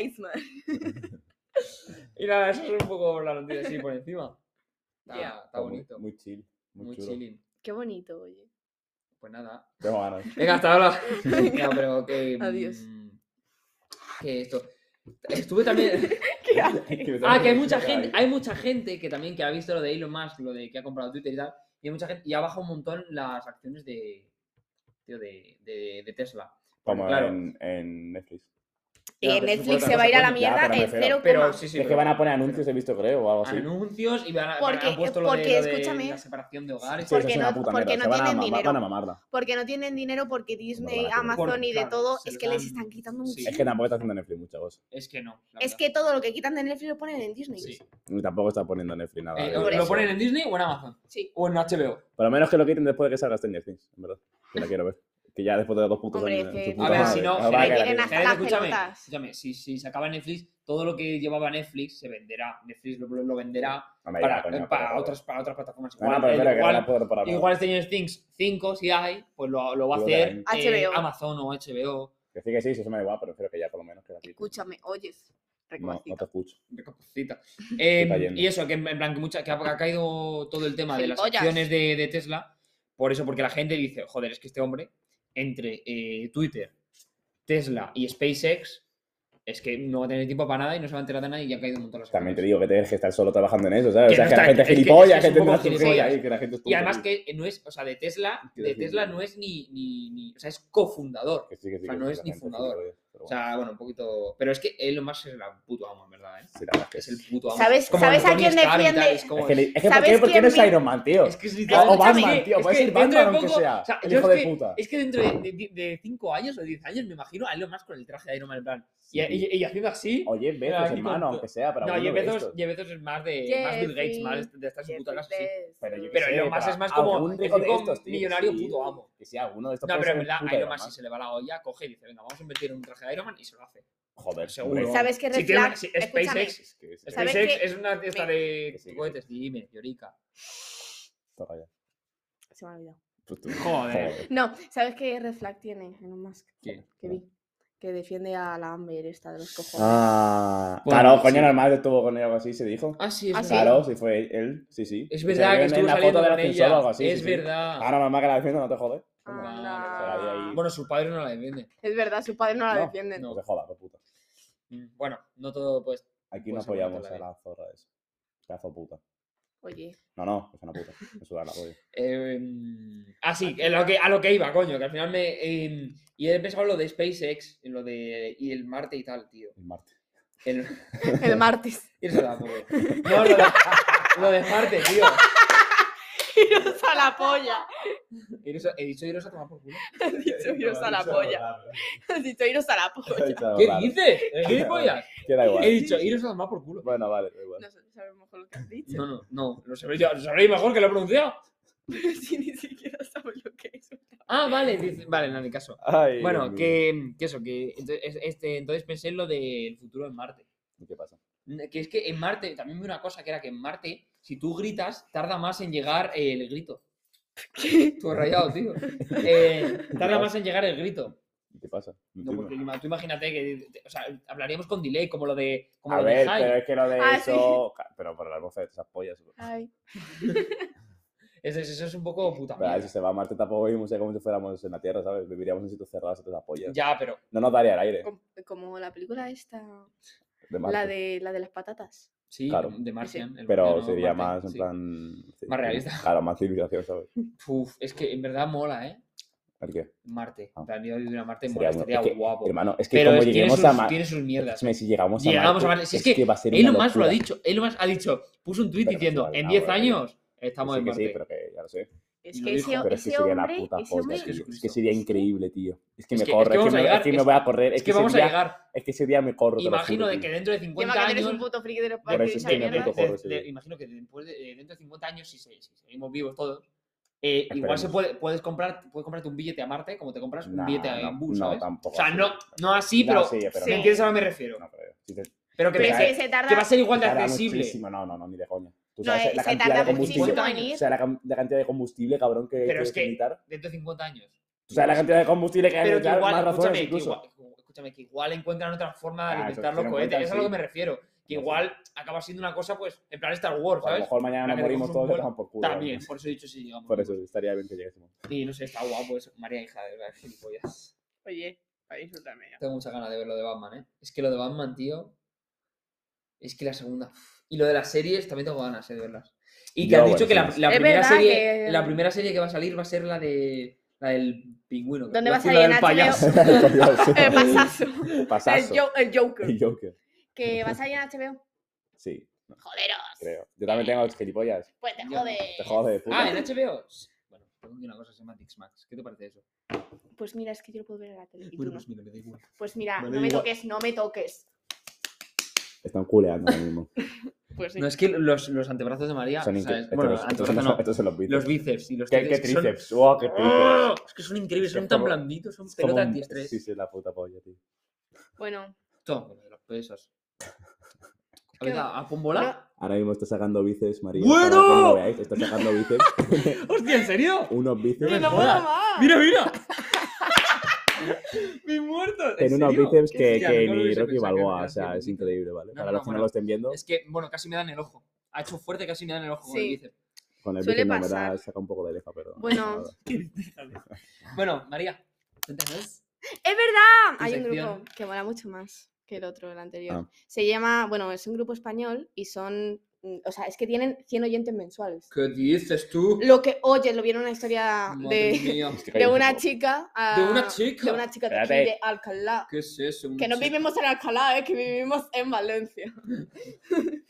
Speaker 2: y Iceman.
Speaker 1: Y nada, eso es un poco la noticia así por encima. Está,
Speaker 2: Ya.
Speaker 1: está bonito. Muy,
Speaker 3: Muy, muy chill. Muy, chulo.
Speaker 1: chilling.
Speaker 2: Qué bonito, oye.
Speaker 1: Pues nada.
Speaker 3: Tengo ganas.
Speaker 1: Venga, hasta ahora. No, pero que.
Speaker 2: Adiós.
Speaker 1: mm, Que esto. Estuve también.
Speaker 2: ¿Qué haces?
Speaker 3: me
Speaker 1: Ah,
Speaker 3: tengo
Speaker 1: que hay mucha
Speaker 3: explicar
Speaker 1: gente,
Speaker 3: ahí.
Speaker 1: hay mucha gente que también que ha visto lo de Elon Musk, lo de que ha comprado Twitter y tal, y hay mucha gente, y ha bajado un montón las acciones de tío, de, de, de Tesla.
Speaker 3: Como
Speaker 1: Claro.
Speaker 3: en, en Netflix.
Speaker 1: Ya,
Speaker 2: Eh,
Speaker 1: pero
Speaker 2: Netflix
Speaker 1: supongo
Speaker 2: se
Speaker 1: que
Speaker 2: va a ir a la
Speaker 3: no se puede,
Speaker 2: mierda
Speaker 3: ya, pero me
Speaker 2: en
Speaker 3: refiero-
Speaker 2: cero
Speaker 1: Pero
Speaker 2: coma.
Speaker 1: sí, sí.
Speaker 3: es que
Speaker 1: pero-
Speaker 3: van a poner anuncios, he visto, creo, o algo así.
Speaker 1: anuncios y van a,
Speaker 2: Porque-
Speaker 1: han puesto lo de,
Speaker 2: porque,
Speaker 1: lo de
Speaker 2: escúchame,
Speaker 1: la separación de hogares.
Speaker 3: Sí, eso
Speaker 2: porque
Speaker 3: es una
Speaker 2: no-
Speaker 3: puta
Speaker 2: porque
Speaker 3: mierda,
Speaker 2: no
Speaker 3: se van a
Speaker 2: tienen
Speaker 3: mama-
Speaker 2: dinero.
Speaker 3: Van a mamarla.
Speaker 2: Porque no tienen dinero, porque Disney,
Speaker 3: Bueno,
Speaker 2: Amazon
Speaker 1: bueno,
Speaker 2: y de
Speaker 1: claro,
Speaker 2: todo,
Speaker 1: se
Speaker 2: es
Speaker 1: lo
Speaker 2: que les
Speaker 1: dan-
Speaker 2: están quitando un
Speaker 1: sí.
Speaker 3: Es que tampoco está haciendo Netflix mucha cosa.
Speaker 1: Es que no. la
Speaker 2: Es
Speaker 1: verdad.
Speaker 2: que todo lo que quitan de Netflix lo ponen en Disney.
Speaker 1: Sí.
Speaker 3: Ni tampoco está poniendo Netflix nada.
Speaker 1: Eh,
Speaker 3: de
Speaker 1: o-
Speaker 2: por
Speaker 1: lo
Speaker 2: eso.
Speaker 1: ponen en Disney o en Amazon
Speaker 2: Sí.
Speaker 1: o en HBO.
Speaker 3: este Por lo menos que lo quiten después de que salga Stranger Things, en verdad. Que la quiero ver. Que ya después de los dos putos
Speaker 2: Hombre,
Speaker 3: años.
Speaker 2: es que-
Speaker 3: su puta
Speaker 1: A ver,
Speaker 3: madre,
Speaker 1: si no,
Speaker 3: no
Speaker 1: Gerard,
Speaker 3: va a
Speaker 2: me
Speaker 3: caer.
Speaker 2: tienen hasta
Speaker 1: Gerard,
Speaker 2: las
Speaker 1: escúchame,
Speaker 2: pelotas.
Speaker 1: escúchame, si, si se acaba Netflix, todo lo que llevaba Netflix se venderá. Netflix lo, lo venderá
Speaker 3: No me
Speaker 1: para, eh,
Speaker 3: digas, coño,
Speaker 1: para
Speaker 3: pero-
Speaker 1: otras, para otras plataformas.
Speaker 3: No, no,
Speaker 1: Igual,
Speaker 3: pero espera, que
Speaker 1: igual,
Speaker 3: no la puedo reparar.
Speaker 1: igual Stranger Things 5, si hay, pues lo, lo va a
Speaker 3: Lo
Speaker 1: hacer
Speaker 2: harán.
Speaker 1: eh,
Speaker 2: HBO.
Speaker 1: Amazon o HBO.
Speaker 3: Que sí, que sí, si eso me da igual, pero espero que ya por lo menos que la quiten.
Speaker 2: Escúchame, oyes.
Speaker 3: No, no te
Speaker 2: Recogida.
Speaker 3: escucho.
Speaker 1: Recapacita. Eh,
Speaker 3: Está yendo.
Speaker 1: y eso, que en en plan que, mucha, que ha, que ha caído todo el tema de las
Speaker 2: Gilipollas.
Speaker 1: acciones de, de Tesla. Por eso, porque la gente dice, joder, es que este hombre, entre eh, Twitter, Tesla y SpaceX, es que no va a tener tiempo para nada y no se va a enterar de nada y ya han caído un montón las
Speaker 3: También te
Speaker 1: acciones.
Speaker 3: digo que tienes que estar solo trabajando en eso, ¿sabes?
Speaker 1: Que
Speaker 3: o sea,
Speaker 1: no
Speaker 3: que
Speaker 1: está-
Speaker 3: la gente
Speaker 1: es que-
Speaker 3: es
Speaker 1: es
Speaker 3: gilipollas,
Speaker 1: que
Speaker 3: que
Speaker 1: es un
Speaker 3: tendrá
Speaker 1: poco
Speaker 3: sus
Speaker 1: gilipollas.
Speaker 3: cosas ahí, que la gente es
Speaker 1: Y además
Speaker 3: tonta.
Speaker 1: que no es, o sea, de Tesla,
Speaker 3: Quiero
Speaker 1: de
Speaker 3: decir,
Speaker 1: Tesla
Speaker 3: no.
Speaker 1: no es ni, ni, ni- o sea, es cofundador.
Speaker 3: Que sí, que sí,
Speaker 1: o sea,
Speaker 3: que
Speaker 1: no
Speaker 3: sí,
Speaker 1: es
Speaker 3: la
Speaker 1: ni
Speaker 3: gente es
Speaker 1: fundador.
Speaker 3: gilipollas, pero
Speaker 1: O
Speaker 3: bueno,
Speaker 1: sea, bueno, un poquito... Pero es que Elon Musk es la puta amo, en verdad, ¿eh?
Speaker 3: sí, la verdad que
Speaker 1: Es el
Speaker 3: sí.
Speaker 1: puto amo.
Speaker 2: ¿Sabes-
Speaker 1: Es como
Speaker 2: sabes a
Speaker 1: Tony
Speaker 2: quién
Speaker 1: Stark y tal,
Speaker 2: defiende?
Speaker 1: es como-
Speaker 3: Es que, le- es que ¿por
Speaker 2: ¿Sabes
Speaker 3: qué, por qué
Speaker 2: quién
Speaker 3: no es
Speaker 2: vi-
Speaker 3: Iron Man, tío?
Speaker 1: Es que es
Speaker 3: O- O,
Speaker 1: literalmente-
Speaker 3: Batman, tío,
Speaker 1: es
Speaker 3: puede
Speaker 1: que
Speaker 3: ser
Speaker 1: dentro de
Speaker 3: Batman aunque
Speaker 1: poco-
Speaker 3: sea.
Speaker 1: o sea,
Speaker 3: el
Speaker 1: yo
Speaker 3: hijo
Speaker 1: es
Speaker 3: de
Speaker 1: que-
Speaker 3: puta.
Speaker 1: Es que dentro de 5 años o 10 años me imagino a Elon Musk con el traje de Iron Man en plan. Y,
Speaker 3: Sí, tío.
Speaker 1: y- y haciendo así.
Speaker 3: Oye,
Speaker 1: Pero
Speaker 3: Bezos,
Speaker 1: aquí con
Speaker 3: hermano,
Speaker 1: todo.
Speaker 3: aunque sea, pero
Speaker 1: no,
Speaker 3: bueno,
Speaker 1: Jeff
Speaker 3: de
Speaker 1: Bezos,
Speaker 3: estos.
Speaker 1: Jeff Bezos es más de más Bill Gates, más de estar en su puta casa. sí.
Speaker 3: Pero yo qué
Speaker 1: Pero
Speaker 3: sé,
Speaker 1: Elon Musk
Speaker 3: pero
Speaker 1: es más como-
Speaker 3: algún
Speaker 1: es
Speaker 3: rico de
Speaker 1: como
Speaker 3: estos, tío, que
Speaker 1: millonario
Speaker 3: sí,
Speaker 1: puto amo.
Speaker 3: Que sea alguno de estos.
Speaker 1: No,
Speaker 3: puede
Speaker 1: pero en
Speaker 3: ser el
Speaker 1: verdad,
Speaker 3: puto
Speaker 1: Iron
Speaker 3: Iron
Speaker 1: Man
Speaker 3: Man.
Speaker 1: si se le va la olla, coge y dice, venga, vamos a invertir en un traje de Iron Man y se lo hace.
Speaker 3: Joder,
Speaker 1: Seguro.
Speaker 3: hombre,
Speaker 2: ¿Sabes qué
Speaker 1: Si
Speaker 2: red
Speaker 1: tiene una-
Speaker 2: flag?
Speaker 1: si-
Speaker 2: Escúchame.
Speaker 1: SpaceX,
Speaker 3: es que- es que-
Speaker 2: ¿Sabes
Speaker 1: SpaceX
Speaker 2: qué?
Speaker 1: es una de estas
Speaker 2: Me-
Speaker 1: de
Speaker 3: Que sí, que
Speaker 1: cohetes, dime, Llorica.
Speaker 3: Toca ya.
Speaker 2: Se me ha olvidado.
Speaker 3: Pues tú-
Speaker 1: Joder.
Speaker 2: No, ¿sabes qué red flag tiene Elon Musk?
Speaker 1: ¿Qué?
Speaker 2: Que vi. Que defiende a la Amber esta de los cojones.
Speaker 3: Ah,
Speaker 1: Bueno,
Speaker 3: claro, coño,
Speaker 1: sí.
Speaker 3: normal estuvo con él o algo así, se dijo.
Speaker 1: Ah, sí, es
Speaker 2: Ah, sí.
Speaker 1: verdad.
Speaker 3: Claro, sí fue él, sí, sí.
Speaker 1: Es
Speaker 3: Se
Speaker 1: verdad
Speaker 3: vio
Speaker 1: que
Speaker 3: en
Speaker 1: estuvo
Speaker 3: la foto
Speaker 1: saliendo
Speaker 3: del
Speaker 1: con
Speaker 3: ascensor o algo
Speaker 1: ella.
Speaker 3: así,
Speaker 1: Es
Speaker 3: sí, Ah, sí.
Speaker 1: verdad.
Speaker 3: Claro, normal que la defienda, no te jodes.
Speaker 2: Anda.
Speaker 3: Ahí, ahí.
Speaker 1: Bueno, sus padres no la defienden.
Speaker 2: Es verdad, su padre no la
Speaker 3: No,
Speaker 2: defiende.
Speaker 1: no.
Speaker 3: No se joda, por puta.
Speaker 1: Mm, Bueno, no todo pues
Speaker 3: Aquí
Speaker 1: Pues
Speaker 3: no apoyamos
Speaker 1: seguramente
Speaker 3: a
Speaker 1: la
Speaker 3: la zorra esa. Pedazo de puta.
Speaker 2: Oye,
Speaker 3: No, no, es una puta. Me suda la polla.
Speaker 1: Eh, ah, sí, que lo que- a lo que iba, coño, que al final me. eh, y he pensado en lo de SpaceX, en lo de. y el Marte y tal, tío.
Speaker 3: El Marte.
Speaker 1: El,
Speaker 2: el martes.
Speaker 1: irse a la polla. No, lo de, lo de Marte, tío.
Speaker 2: Iros a la polla.
Speaker 1: Iros a- he dicho iros a tomar por culo.
Speaker 2: Has dicho iros a la polla. Has dicho iros a la polla.
Speaker 1: ¿Qué
Speaker 3: Claro.
Speaker 1: dices? ¿Qué pollas?
Speaker 3: Que da igual.
Speaker 1: He dicho iros a tomar por culo.
Speaker 3: Bueno, vale, da igual.
Speaker 2: Nosotros sabemos mejor lo que has dicho.
Speaker 1: No, no, no. Lo sabréis, ya- lo sabréis mejor que lo he pronunciado.
Speaker 2: si ni siquiera sabes lo que es.
Speaker 1: Ah, vale, dice- vale, no, ni caso.
Speaker 3: Ay, Dios
Speaker 1: Bueno,
Speaker 3: mío.
Speaker 1: que, que eso, que entonces, es- este, entonces pensé en lo del futuro en Marte.
Speaker 3: ¿Y ¿Qué pasa?
Speaker 1: N- Que es que en Marte, también vi una cosa que era que en Marte, si tú gritas, tarda más en llegar el grito. Tú rayado, tío. Eh, tarda más en llegar el grito.
Speaker 3: ¿Y ¿Qué pasa? No
Speaker 1: No, porque
Speaker 3: entiendo.
Speaker 1: ima- tú imagínate que, o sea, hablaríamos con delay, como lo de, como
Speaker 3: A
Speaker 1: lo de
Speaker 3: ver,
Speaker 1: Hyde.
Speaker 3: pero es que lo de
Speaker 2: Ah,
Speaker 3: eso. Ca- Pero para las voces de esas pollas.
Speaker 2: Ay,
Speaker 1: Eso, es- eso es un poco puta
Speaker 3: Pero
Speaker 1: mierda.
Speaker 3: si se va a Marte tampoco vivimos como si fuéramos en la Tierra, ¿sabes? Viviríamos en sitios cerrados, entre las pollas.
Speaker 1: Ya, pero
Speaker 3: No nos daría el aire.
Speaker 2: com- como la película esta,
Speaker 3: De Marte.
Speaker 2: la de, la de las patatas.
Speaker 1: sí,
Speaker 3: Claro.
Speaker 1: de Martian. el
Speaker 3: Pero
Speaker 1: marciano
Speaker 3: sería
Speaker 1: Marte,
Speaker 3: más en
Speaker 1: sí.
Speaker 3: plan. sí,
Speaker 1: Más
Speaker 3: sí.
Speaker 1: realista.
Speaker 3: Claro, más civilización, ¿sabes?
Speaker 1: Uf, es que en verdad mola, ¿eh?
Speaker 3: ¿Por qué?
Speaker 1: Marte.
Speaker 3: Ah.
Speaker 1: También vivir a Marte mola,
Speaker 3: Sería bueno.
Speaker 1: estaría
Speaker 3: Es que,
Speaker 1: guapo.
Speaker 3: Hermano, es que
Speaker 1: Pero
Speaker 3: como
Speaker 1: es- tiene
Speaker 3: lleguemos
Speaker 1: sus,
Speaker 3: a Marte.
Speaker 1: tiene sus mierdas.
Speaker 3: Si llegamos a
Speaker 1: Llegamos a
Speaker 3: Marte.
Speaker 1: Marte. Si es que
Speaker 3: va a ser
Speaker 1: Elon
Speaker 3: una
Speaker 1: Musk lo ha
Speaker 3: locura.
Speaker 1: dicho. Elon Musk ha dicho, puso un tweet
Speaker 3: Pero que se
Speaker 1: diciendo,
Speaker 3: vale,
Speaker 1: en
Speaker 3: no,
Speaker 1: 10
Speaker 3: vale,
Speaker 1: años estamos
Speaker 3: Sí,
Speaker 1: en
Speaker 3: que
Speaker 1: Marte.
Speaker 3: sí, pero que ya lo sé.
Speaker 2: Es
Speaker 1: Lo
Speaker 2: que ese,
Speaker 1: dijo.
Speaker 3: Pero es que
Speaker 2: ese
Speaker 3: sería la
Speaker 2: hombre,
Speaker 3: puta
Speaker 2: ese
Speaker 3: polla,
Speaker 2: hombre,
Speaker 1: es
Speaker 3: tío.
Speaker 1: que-
Speaker 3: Es que sería increíble, tío. Es que
Speaker 1: Es
Speaker 3: me
Speaker 1: que- es que
Speaker 3: corro, es
Speaker 1: vamos a
Speaker 3: que me- es
Speaker 1: llegar,
Speaker 3: que me
Speaker 1: es-
Speaker 3: voy a correr.
Speaker 1: Es
Speaker 3: Es
Speaker 1: que
Speaker 3: que
Speaker 1: vamos
Speaker 3: ese
Speaker 1: a
Speaker 3: día-
Speaker 1: llegar.
Speaker 3: es que ese día me corro. te lo juro,
Speaker 1: Imagino de
Speaker 3: tío.
Speaker 1: que dentro de
Speaker 2: yo
Speaker 1: 50
Speaker 2: imagino que eres un
Speaker 1: años.
Speaker 2: puto friki de los
Speaker 3: Por
Speaker 2: parques
Speaker 3: eso es
Speaker 2: de
Speaker 3: que me
Speaker 2: mierda.
Speaker 3: meto
Speaker 1: de-
Speaker 3: por ese
Speaker 1: de-
Speaker 3: día.
Speaker 1: imagino que después de- eh, dentro de 50 años, si, se- si seguimos vivos todos, eh, igual
Speaker 3: Esperemos.
Speaker 1: se puede, puedes comprar, puedes comprarte un billete a Marte como te compras un
Speaker 3: Nah,
Speaker 1: billete a
Speaker 3: no,
Speaker 1: un bus,
Speaker 3: no,
Speaker 1: ¿sabes?
Speaker 3: tampoco
Speaker 1: O sea,
Speaker 3: así.
Speaker 1: no, no así,
Speaker 3: No,
Speaker 1: pero,
Speaker 3: sí, pero
Speaker 1: ¿me
Speaker 3: no.
Speaker 1: entiendes a lo que me refiero?
Speaker 3: No creo. Si te-
Speaker 1: Pero que,
Speaker 2: Pero
Speaker 3: Pero
Speaker 2: es que
Speaker 3: es-
Speaker 2: se tarda.
Speaker 1: que va a ser igual de
Speaker 3: tarda
Speaker 1: accesible.
Speaker 3: muchísimo. No, no, no, ni de coña. Tú
Speaker 2: No,
Speaker 3: sabes
Speaker 2: eh,
Speaker 3: la
Speaker 2: se
Speaker 3: cantidad
Speaker 2: tarda
Speaker 3: de
Speaker 2: muchísimo
Speaker 3: combustible.
Speaker 1: años.
Speaker 2: en ir.
Speaker 3: O sea, la, cam- la cantidad de combustible, cabrón, que
Speaker 1: Pero es
Speaker 3: tienes
Speaker 1: que-
Speaker 3: quitar.
Speaker 1: Dentro de 50 años.
Speaker 3: O sea, la cantidad de combustible que hay
Speaker 1: Pero que
Speaker 3: echar,
Speaker 1: igual,
Speaker 3: más razones
Speaker 1: escúchame, que
Speaker 3: incluso.
Speaker 1: igual, escúchame, que igual encuentran otra forma de
Speaker 3: Ah, eso
Speaker 1: alimentar
Speaker 3: sí
Speaker 1: los
Speaker 3: lo
Speaker 1: cohetes.
Speaker 3: encuentran,
Speaker 1: Eso es a lo que
Speaker 3: sí.
Speaker 1: me refiero. Que
Speaker 3: No sé.
Speaker 1: igual acaba siendo una cosa, pues, en plan Star Wars,
Speaker 3: a lo
Speaker 1: ¿sabes?
Speaker 3: mejor mañana
Speaker 1: Para que
Speaker 3: nos
Speaker 1: dejemos
Speaker 3: morimos
Speaker 1: un
Speaker 3: todos y
Speaker 1: buen-
Speaker 3: dejamos por culo.
Speaker 1: También,
Speaker 3: ¿no?
Speaker 1: por eso he dicho si llegamos.
Speaker 3: Por eso estaría bien que lleguemos.
Speaker 1: Y no sé, está guapo eso. María hija, de verdad, gilipollas.
Speaker 2: Oye, para disfrutarme ya.
Speaker 1: Tengo muchas ganas de ver lo de Batman, ¿eh? Es que lo de Batman, tío. Es que la segunda. Y lo de las series también tengo ganas eh, de verlas. Y que
Speaker 3: Yo,
Speaker 1: han dicho
Speaker 3: bueno,
Speaker 1: que la,
Speaker 3: sí, sí.
Speaker 1: la
Speaker 2: Es
Speaker 1: primera
Speaker 2: verdad
Speaker 1: serie,
Speaker 2: que-
Speaker 1: la primera serie que va a salir va a ser la de la del pingüino. que
Speaker 2: ¿Dónde
Speaker 1: iba
Speaker 2: va a
Speaker 1: decir
Speaker 2: salir
Speaker 1: La
Speaker 2: en
Speaker 1: del payaso.
Speaker 2: El pasazo.
Speaker 3: Pasazo.
Speaker 2: El, Jo- el Joker.
Speaker 3: El Joker.
Speaker 2: Que vas a ir en HBO.
Speaker 3: Sí, no,
Speaker 2: Joderos.
Speaker 3: creo. Yo también tengo los gilipollas.
Speaker 2: Pues te
Speaker 1: Ya.
Speaker 2: jodes.
Speaker 3: Te jodas de puta.
Speaker 1: Ah, en HBO. Bueno, tengo aquí una cosa que se llama Dix Max. ¿Qué te parece eso?
Speaker 2: Pues mira, es que yo lo puedo ver en la tele. y tú
Speaker 1: Bueno,
Speaker 2: no.
Speaker 1: pues mira, me da igual.
Speaker 2: Pues mira,
Speaker 1: me da
Speaker 2: no me
Speaker 1: igual.
Speaker 2: toques, no me toques.
Speaker 3: Están culeando ahora mismo.
Speaker 2: Pues sí.
Speaker 1: No, es que los, los antebrazos de María.
Speaker 3: Son
Speaker 1: o sea,
Speaker 3: incre-
Speaker 1: es-
Speaker 3: estos
Speaker 1: bueno,
Speaker 3: los- estos
Speaker 1: antebrazos
Speaker 3: son
Speaker 1: no.
Speaker 3: los- Estos son los bíceps.
Speaker 1: Los bíceps y los
Speaker 3: ¿Qué, qué
Speaker 1: tríceps son-
Speaker 3: tríceps? ¡Wow, qué tríceps!
Speaker 1: ¡Oh! Es que son increíbles, son
Speaker 3: Es
Speaker 1: tan
Speaker 3: como-
Speaker 1: blanditos, son
Speaker 3: Es como
Speaker 1: pelotas
Speaker 3: un-
Speaker 1: diestres.
Speaker 3: Sí, sí, la puta polla, tío.
Speaker 2: Bueno,
Speaker 1: Todo, lo de los pesos.
Speaker 2: que
Speaker 1: Venga, a pombola.
Speaker 3: Ahora mismo está sacando bíceps, María.
Speaker 1: ¡Bueno!
Speaker 3: para que no lo veáis, está sacando bíceps.
Speaker 1: ¡Hostia, en serio!
Speaker 3: unos
Speaker 1: No me
Speaker 3: bíceps.
Speaker 2: no puedo
Speaker 1: jodas.
Speaker 2: más.
Speaker 1: ¡Mira, mira! ¡Mis muertos!
Speaker 3: En unos
Speaker 1: serio?
Speaker 3: bíceps
Speaker 1: Qué
Speaker 3: que,
Speaker 1: hostia,
Speaker 3: que
Speaker 1: nunca lo
Speaker 3: ni
Speaker 1: hubiese
Speaker 3: Rocky
Speaker 1: pensado que
Speaker 3: Balboa.
Speaker 1: me
Speaker 3: O sea,
Speaker 1: hacían
Speaker 3: es
Speaker 1: bíceps.
Speaker 3: increíble, ¿vale?
Speaker 1: No,
Speaker 3: Para
Speaker 1: no,
Speaker 3: los que no
Speaker 1: bueno.
Speaker 3: lo estén viendo,
Speaker 1: Es que, bueno, casi me dan el ojo. Ha hecho fuerte, casi me dan el ojo con
Speaker 2: Sí.
Speaker 1: el bíceps.
Speaker 3: con el
Speaker 2: Suele
Speaker 3: bíceps no me da,
Speaker 2: pasar.
Speaker 3: saca un poco de leja, perdón.
Speaker 2: Bueno.
Speaker 3: Nada.
Speaker 1: Bueno, María, ¿entendés?
Speaker 2: Es verdad,
Speaker 1: Tu
Speaker 2: hay un grupo
Speaker 1: sección.
Speaker 2: que mola mucho más que el otro, el anterior.
Speaker 3: Ah.
Speaker 2: Se llama, bueno, es un grupo español y son, mm, o sea, es que tienen 100 oyentes mensuales.
Speaker 1: ¿Qué dices tú?
Speaker 2: Lo que oye, lo vieron una historia
Speaker 1: Madre
Speaker 2: de,
Speaker 1: mía.
Speaker 3: Es que
Speaker 2: de
Speaker 3: hay
Speaker 2: una
Speaker 3: poco.
Speaker 2: chica.
Speaker 1: ¿De una
Speaker 2: ah, De
Speaker 1: chica?
Speaker 2: una chica de aquí
Speaker 3: Espérate.
Speaker 2: de Alcalá.
Speaker 1: ¿Qué es eso?
Speaker 2: Que no
Speaker 1: muchacho?
Speaker 2: vivimos en Alcalá, eh, que vivimos en Valencia.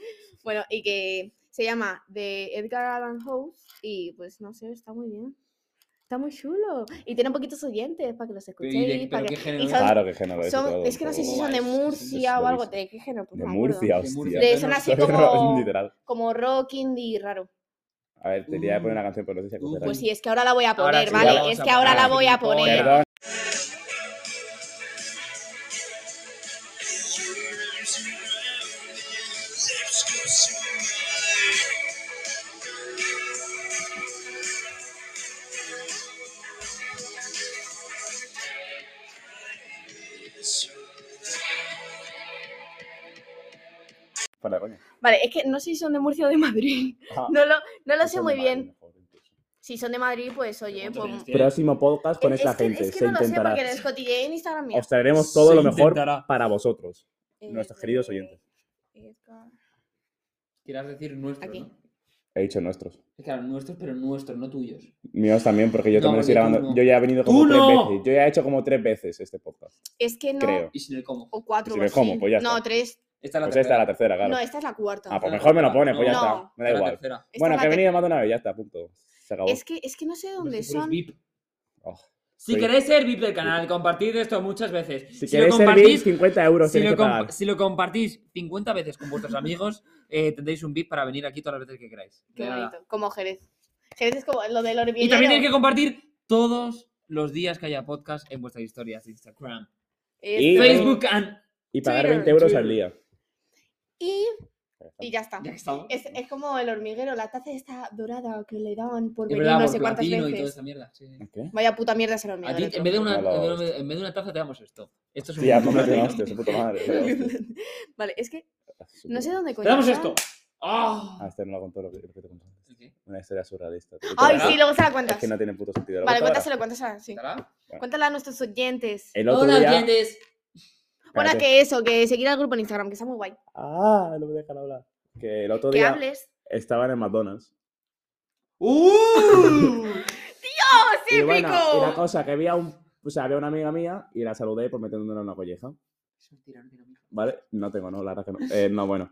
Speaker 2: bueno, y que se llama de Edgar Allan Poe y pues no sé, está muy bien. Está muy chulo. Y tiene poquitos oyentes para que los
Speaker 1: Pero, ¿y
Speaker 2: escuchéis.
Speaker 1: de-
Speaker 2: para
Speaker 1: pero
Speaker 2: que...
Speaker 1: qué género
Speaker 2: y
Speaker 1: es?
Speaker 2: son-
Speaker 3: Claro que género es.
Speaker 2: son-
Speaker 3: todo
Speaker 2: es que no sé si
Speaker 3: un
Speaker 2: son de
Speaker 1: guays, es- es
Speaker 2: Murcia o algo
Speaker 3: buenísimo.
Speaker 2: de qué género. pues
Speaker 3: poco- De
Speaker 2: no me acuerdo.
Speaker 3: Murcia,
Speaker 1: De
Speaker 3: hostia.
Speaker 1: Murcia.
Speaker 2: De- son así como,
Speaker 3: Literal.
Speaker 2: como rock indie raro.
Speaker 3: A ver, te quería poner
Speaker 1: Uh,
Speaker 3: una canción, pero no sé si
Speaker 1: uh,
Speaker 3: acordarás.
Speaker 2: Mm. Pues sí, es que ahora la voy a
Speaker 1: Ahora
Speaker 2: poner,
Speaker 1: sí,
Speaker 3: la
Speaker 2: ¿vale?
Speaker 1: vamos
Speaker 2: Es
Speaker 1: a
Speaker 2: que ahora
Speaker 1: poner,
Speaker 2: la voy a
Speaker 1: gilipollas.
Speaker 2: poner.
Speaker 3: Perdón. Fuera de coña.
Speaker 2: Vale, es que no sé si son de Murcia o de Madrid.
Speaker 3: Ah,
Speaker 2: No lo, no lo
Speaker 1: Pues
Speaker 3: eso
Speaker 2: sé
Speaker 3: es
Speaker 2: muy
Speaker 3: de Madrid,
Speaker 2: bien.
Speaker 3: mejor, incluso.
Speaker 2: Si son de Madrid, pues oye,
Speaker 1: ¿Cuántos
Speaker 2: pues...
Speaker 1: años tienes?
Speaker 3: Próximo podcast con
Speaker 2: Es-
Speaker 3: esta
Speaker 2: es que-
Speaker 3: gente.
Speaker 2: Es que
Speaker 3: se
Speaker 2: no lo sé
Speaker 3: intentará.
Speaker 2: porque les cotilleé en Instagram mío.
Speaker 3: Os traeremos todo
Speaker 1: Se
Speaker 3: lo mejor
Speaker 1: intentará.
Speaker 3: para vosotros.
Speaker 2: Eh,
Speaker 3: nuestros queridos
Speaker 2: de-
Speaker 3: oyentes.
Speaker 2: Edgar-
Speaker 1: Quieras decir nuestros,
Speaker 2: Aquí.
Speaker 1: ¿no?
Speaker 3: He dicho nuestros.
Speaker 1: Es Claro, nuestros, pero nuestros, no tuyos.
Speaker 3: Míos también, porque yo
Speaker 1: No,
Speaker 3: también lo estoy
Speaker 1: porque tú
Speaker 3: grabando.
Speaker 1: no.
Speaker 3: Yo ya he venido
Speaker 1: ¡Tú
Speaker 3: como tres
Speaker 1: no!
Speaker 3: veces. Yo ya he hecho como tres veces este podcast.
Speaker 2: Es que no...
Speaker 3: Creo.
Speaker 1: Y sin el cómo.
Speaker 2: O cuatro.
Speaker 3: Si
Speaker 2: o
Speaker 3: me
Speaker 2: así.
Speaker 3: como, pues ya
Speaker 2: No,
Speaker 3: está.
Speaker 2: tres.
Speaker 1: Esta es la
Speaker 3: Pues esta es
Speaker 1: tercera.
Speaker 3: la tercera, claro.
Speaker 2: No, esta es la cuarta.
Speaker 3: Ah, pues mejor me lo pones, pues ya
Speaker 2: No.
Speaker 3: está. Me da
Speaker 1: Esta es la
Speaker 3: igual.
Speaker 1: tercera.
Speaker 2: Esta
Speaker 3: Bueno,
Speaker 2: es la
Speaker 3: que he
Speaker 2: ter-
Speaker 3: venido más de una vez, ya está, punto. Se acabó.
Speaker 2: Es que, es que no sé dónde
Speaker 1: Vosotros
Speaker 2: son.
Speaker 1: VIP.
Speaker 3: Oh.
Speaker 1: Si
Speaker 3: Sí.
Speaker 1: queréis ser VIP del canal, compartid esto muchas veces.
Speaker 3: Si queréis servir, 50 euros
Speaker 1: si
Speaker 3: tenéis
Speaker 1: lo,
Speaker 3: que pagar.
Speaker 1: comp- si lo compartís 50 veces con vuestros amigos, eh, tendréis un VIP para venir aquí todas las veces que queráis. De
Speaker 2: Qué
Speaker 1: nada.
Speaker 2: bonito. Como Jerez. Jerez es como lo del
Speaker 1: Y
Speaker 2: hormiguero.
Speaker 1: también tenéis que compartir todos los días que haya podcast en vuestras historias de Instagram,
Speaker 3: Y-
Speaker 2: Esto.
Speaker 1: Facebook and...
Speaker 3: Y pagar
Speaker 2: Twitter,
Speaker 3: 20 euros al
Speaker 1: Twitter.
Speaker 3: día.
Speaker 2: Y, y ya está.
Speaker 1: Ya que estamos.
Speaker 2: Es, es como el hormiguero, la taza esta dorada que le dan por
Speaker 1: Es
Speaker 2: venir
Speaker 1: verdad,
Speaker 2: no
Speaker 1: por
Speaker 2: sé cuántas
Speaker 1: platino y toda
Speaker 2: veces.
Speaker 1: esta mierda. sí, sí.
Speaker 3: ¿Qué?
Speaker 2: Vaya puta mierda es el
Speaker 1: A
Speaker 2: hormiguero.
Speaker 1: ti, en vez, de una,
Speaker 3: No lo-
Speaker 1: en vez de- en vez de una taza, te damos esto. Esto es un
Speaker 3: Tía,
Speaker 1: poco
Speaker 3: no pues, me
Speaker 1: platino.
Speaker 3: hostia, su puta madre. me da hostias.
Speaker 2: vale, es que
Speaker 3: Su
Speaker 2: no sé
Speaker 3: puta-
Speaker 2: dónde
Speaker 1: ¡Te
Speaker 2: coño.
Speaker 1: damos
Speaker 2: son.
Speaker 1: esto! ¡Ah!
Speaker 3: Ah, este no lo contó lo que lo que te conté antes.
Speaker 1: ¿Qué?
Speaker 3: Una historia surrealista.
Speaker 2: Ay,
Speaker 1: ¿Verdad?
Speaker 2: sí, luego se la
Speaker 3: Es
Speaker 2: cuentas.
Speaker 3: que no tiene puto sentido. ¿Lo
Speaker 2: Vale,
Speaker 3: cuento
Speaker 2: cuéntaselo,
Speaker 3: ahora?
Speaker 2: cuéntasela, sí.
Speaker 1: ¿Estará?
Speaker 2: Cuéntala a nuestros oyentes.
Speaker 3: El otro
Speaker 1: Hola,
Speaker 3: día...
Speaker 1: oyentes.
Speaker 2: Bueno,
Speaker 3: Cállate.
Speaker 2: que eso, que seguir al grupo en Instagram, que está muy guay.
Speaker 3: Ah, no me dejan hablar. Que el otro
Speaker 2: Que
Speaker 3: día
Speaker 2: hables.
Speaker 3: estaba en el McDonald's.
Speaker 1: ¡Uh!
Speaker 2: ¡Oh, sí,
Speaker 3: y
Speaker 2: pico!
Speaker 3: bueno, y la cosa que había un... O sea, había una amiga mía y la saludé por metiéndole una colleja.
Speaker 1: Es mentira, no tiene micro.
Speaker 3: ¿Vale? No tengo, no, la verdad que no. Eh, no, bueno.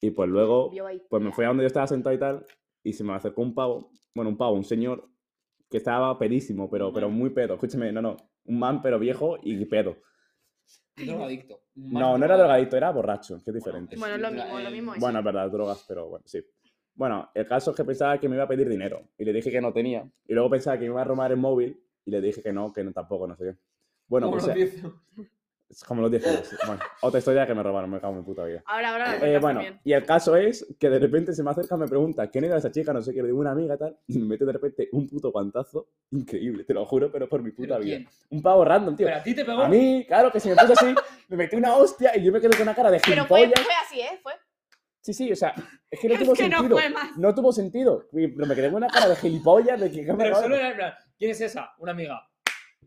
Speaker 3: Y pues luego...
Speaker 2: Vio ahí.
Speaker 3: Pues me fui a donde yo estaba sentado y tal, y se me acercó un pavo, bueno, un pavo, un señor, que estaba pedísimo, pero, pero muy pedo. Escúchame, no, no, un man, pero viejo y pedo.
Speaker 1: Un drogadicto. Un
Speaker 3: No,
Speaker 1: mal
Speaker 3: no era
Speaker 1: drogadicto.
Speaker 3: drogadicto, era borracho, que es diferente.
Speaker 2: Bueno, lo mismo,
Speaker 1: Eh,
Speaker 2: lo mismo. es.
Speaker 3: Bueno, es verdad, drogas, pero bueno, sí. Bueno, el caso es que pensaba que me iba a pedir dinero, y le dije que no tenía, y luego pensaba que me iba a robar el móvil, y le dije que no, que no, tampoco, no sé qué. Bueno,
Speaker 1: ¿Cómo
Speaker 3: pues,
Speaker 1: lo
Speaker 3: eh,
Speaker 1: empiezo?
Speaker 3: es como los 10 euros, sí. Bueno, otra historia que me robaron, me cago en mi puta vida.
Speaker 2: Ahora, ahora. lo
Speaker 3: Eh,
Speaker 2: cuentas
Speaker 3: bueno,
Speaker 2: Ah, también.
Speaker 3: y el caso es que de repente se me acerca, me pregunta, ¿quién era esa chica? No sé qué, le digo una amiga tal, y me mete de repente un puto guantazo increíble, te lo juro, pero por mi puta
Speaker 1: ¿Pero
Speaker 3: vida.
Speaker 1: quién?
Speaker 3: Un pavo random, tío.
Speaker 1: ¿Pero a ti te pegó?
Speaker 3: A mí, claro, que se me puso así, me metí una hostia y yo me quedé con una cara de
Speaker 2: Pero fue,
Speaker 3: gilipollas.
Speaker 2: fue así, ¿eh? Fue.
Speaker 3: Sí, sí, o sea, es que no
Speaker 2: Es
Speaker 3: tuvo
Speaker 2: que no
Speaker 3: sentido.
Speaker 2: fue más.
Speaker 3: No tuvo sentido. Y- Pero me quedé con una cara de gilipollas, de que... que me
Speaker 1: Pero
Speaker 3: robaron.
Speaker 1: solo era en plan, ¿quién es esa? Una amiga.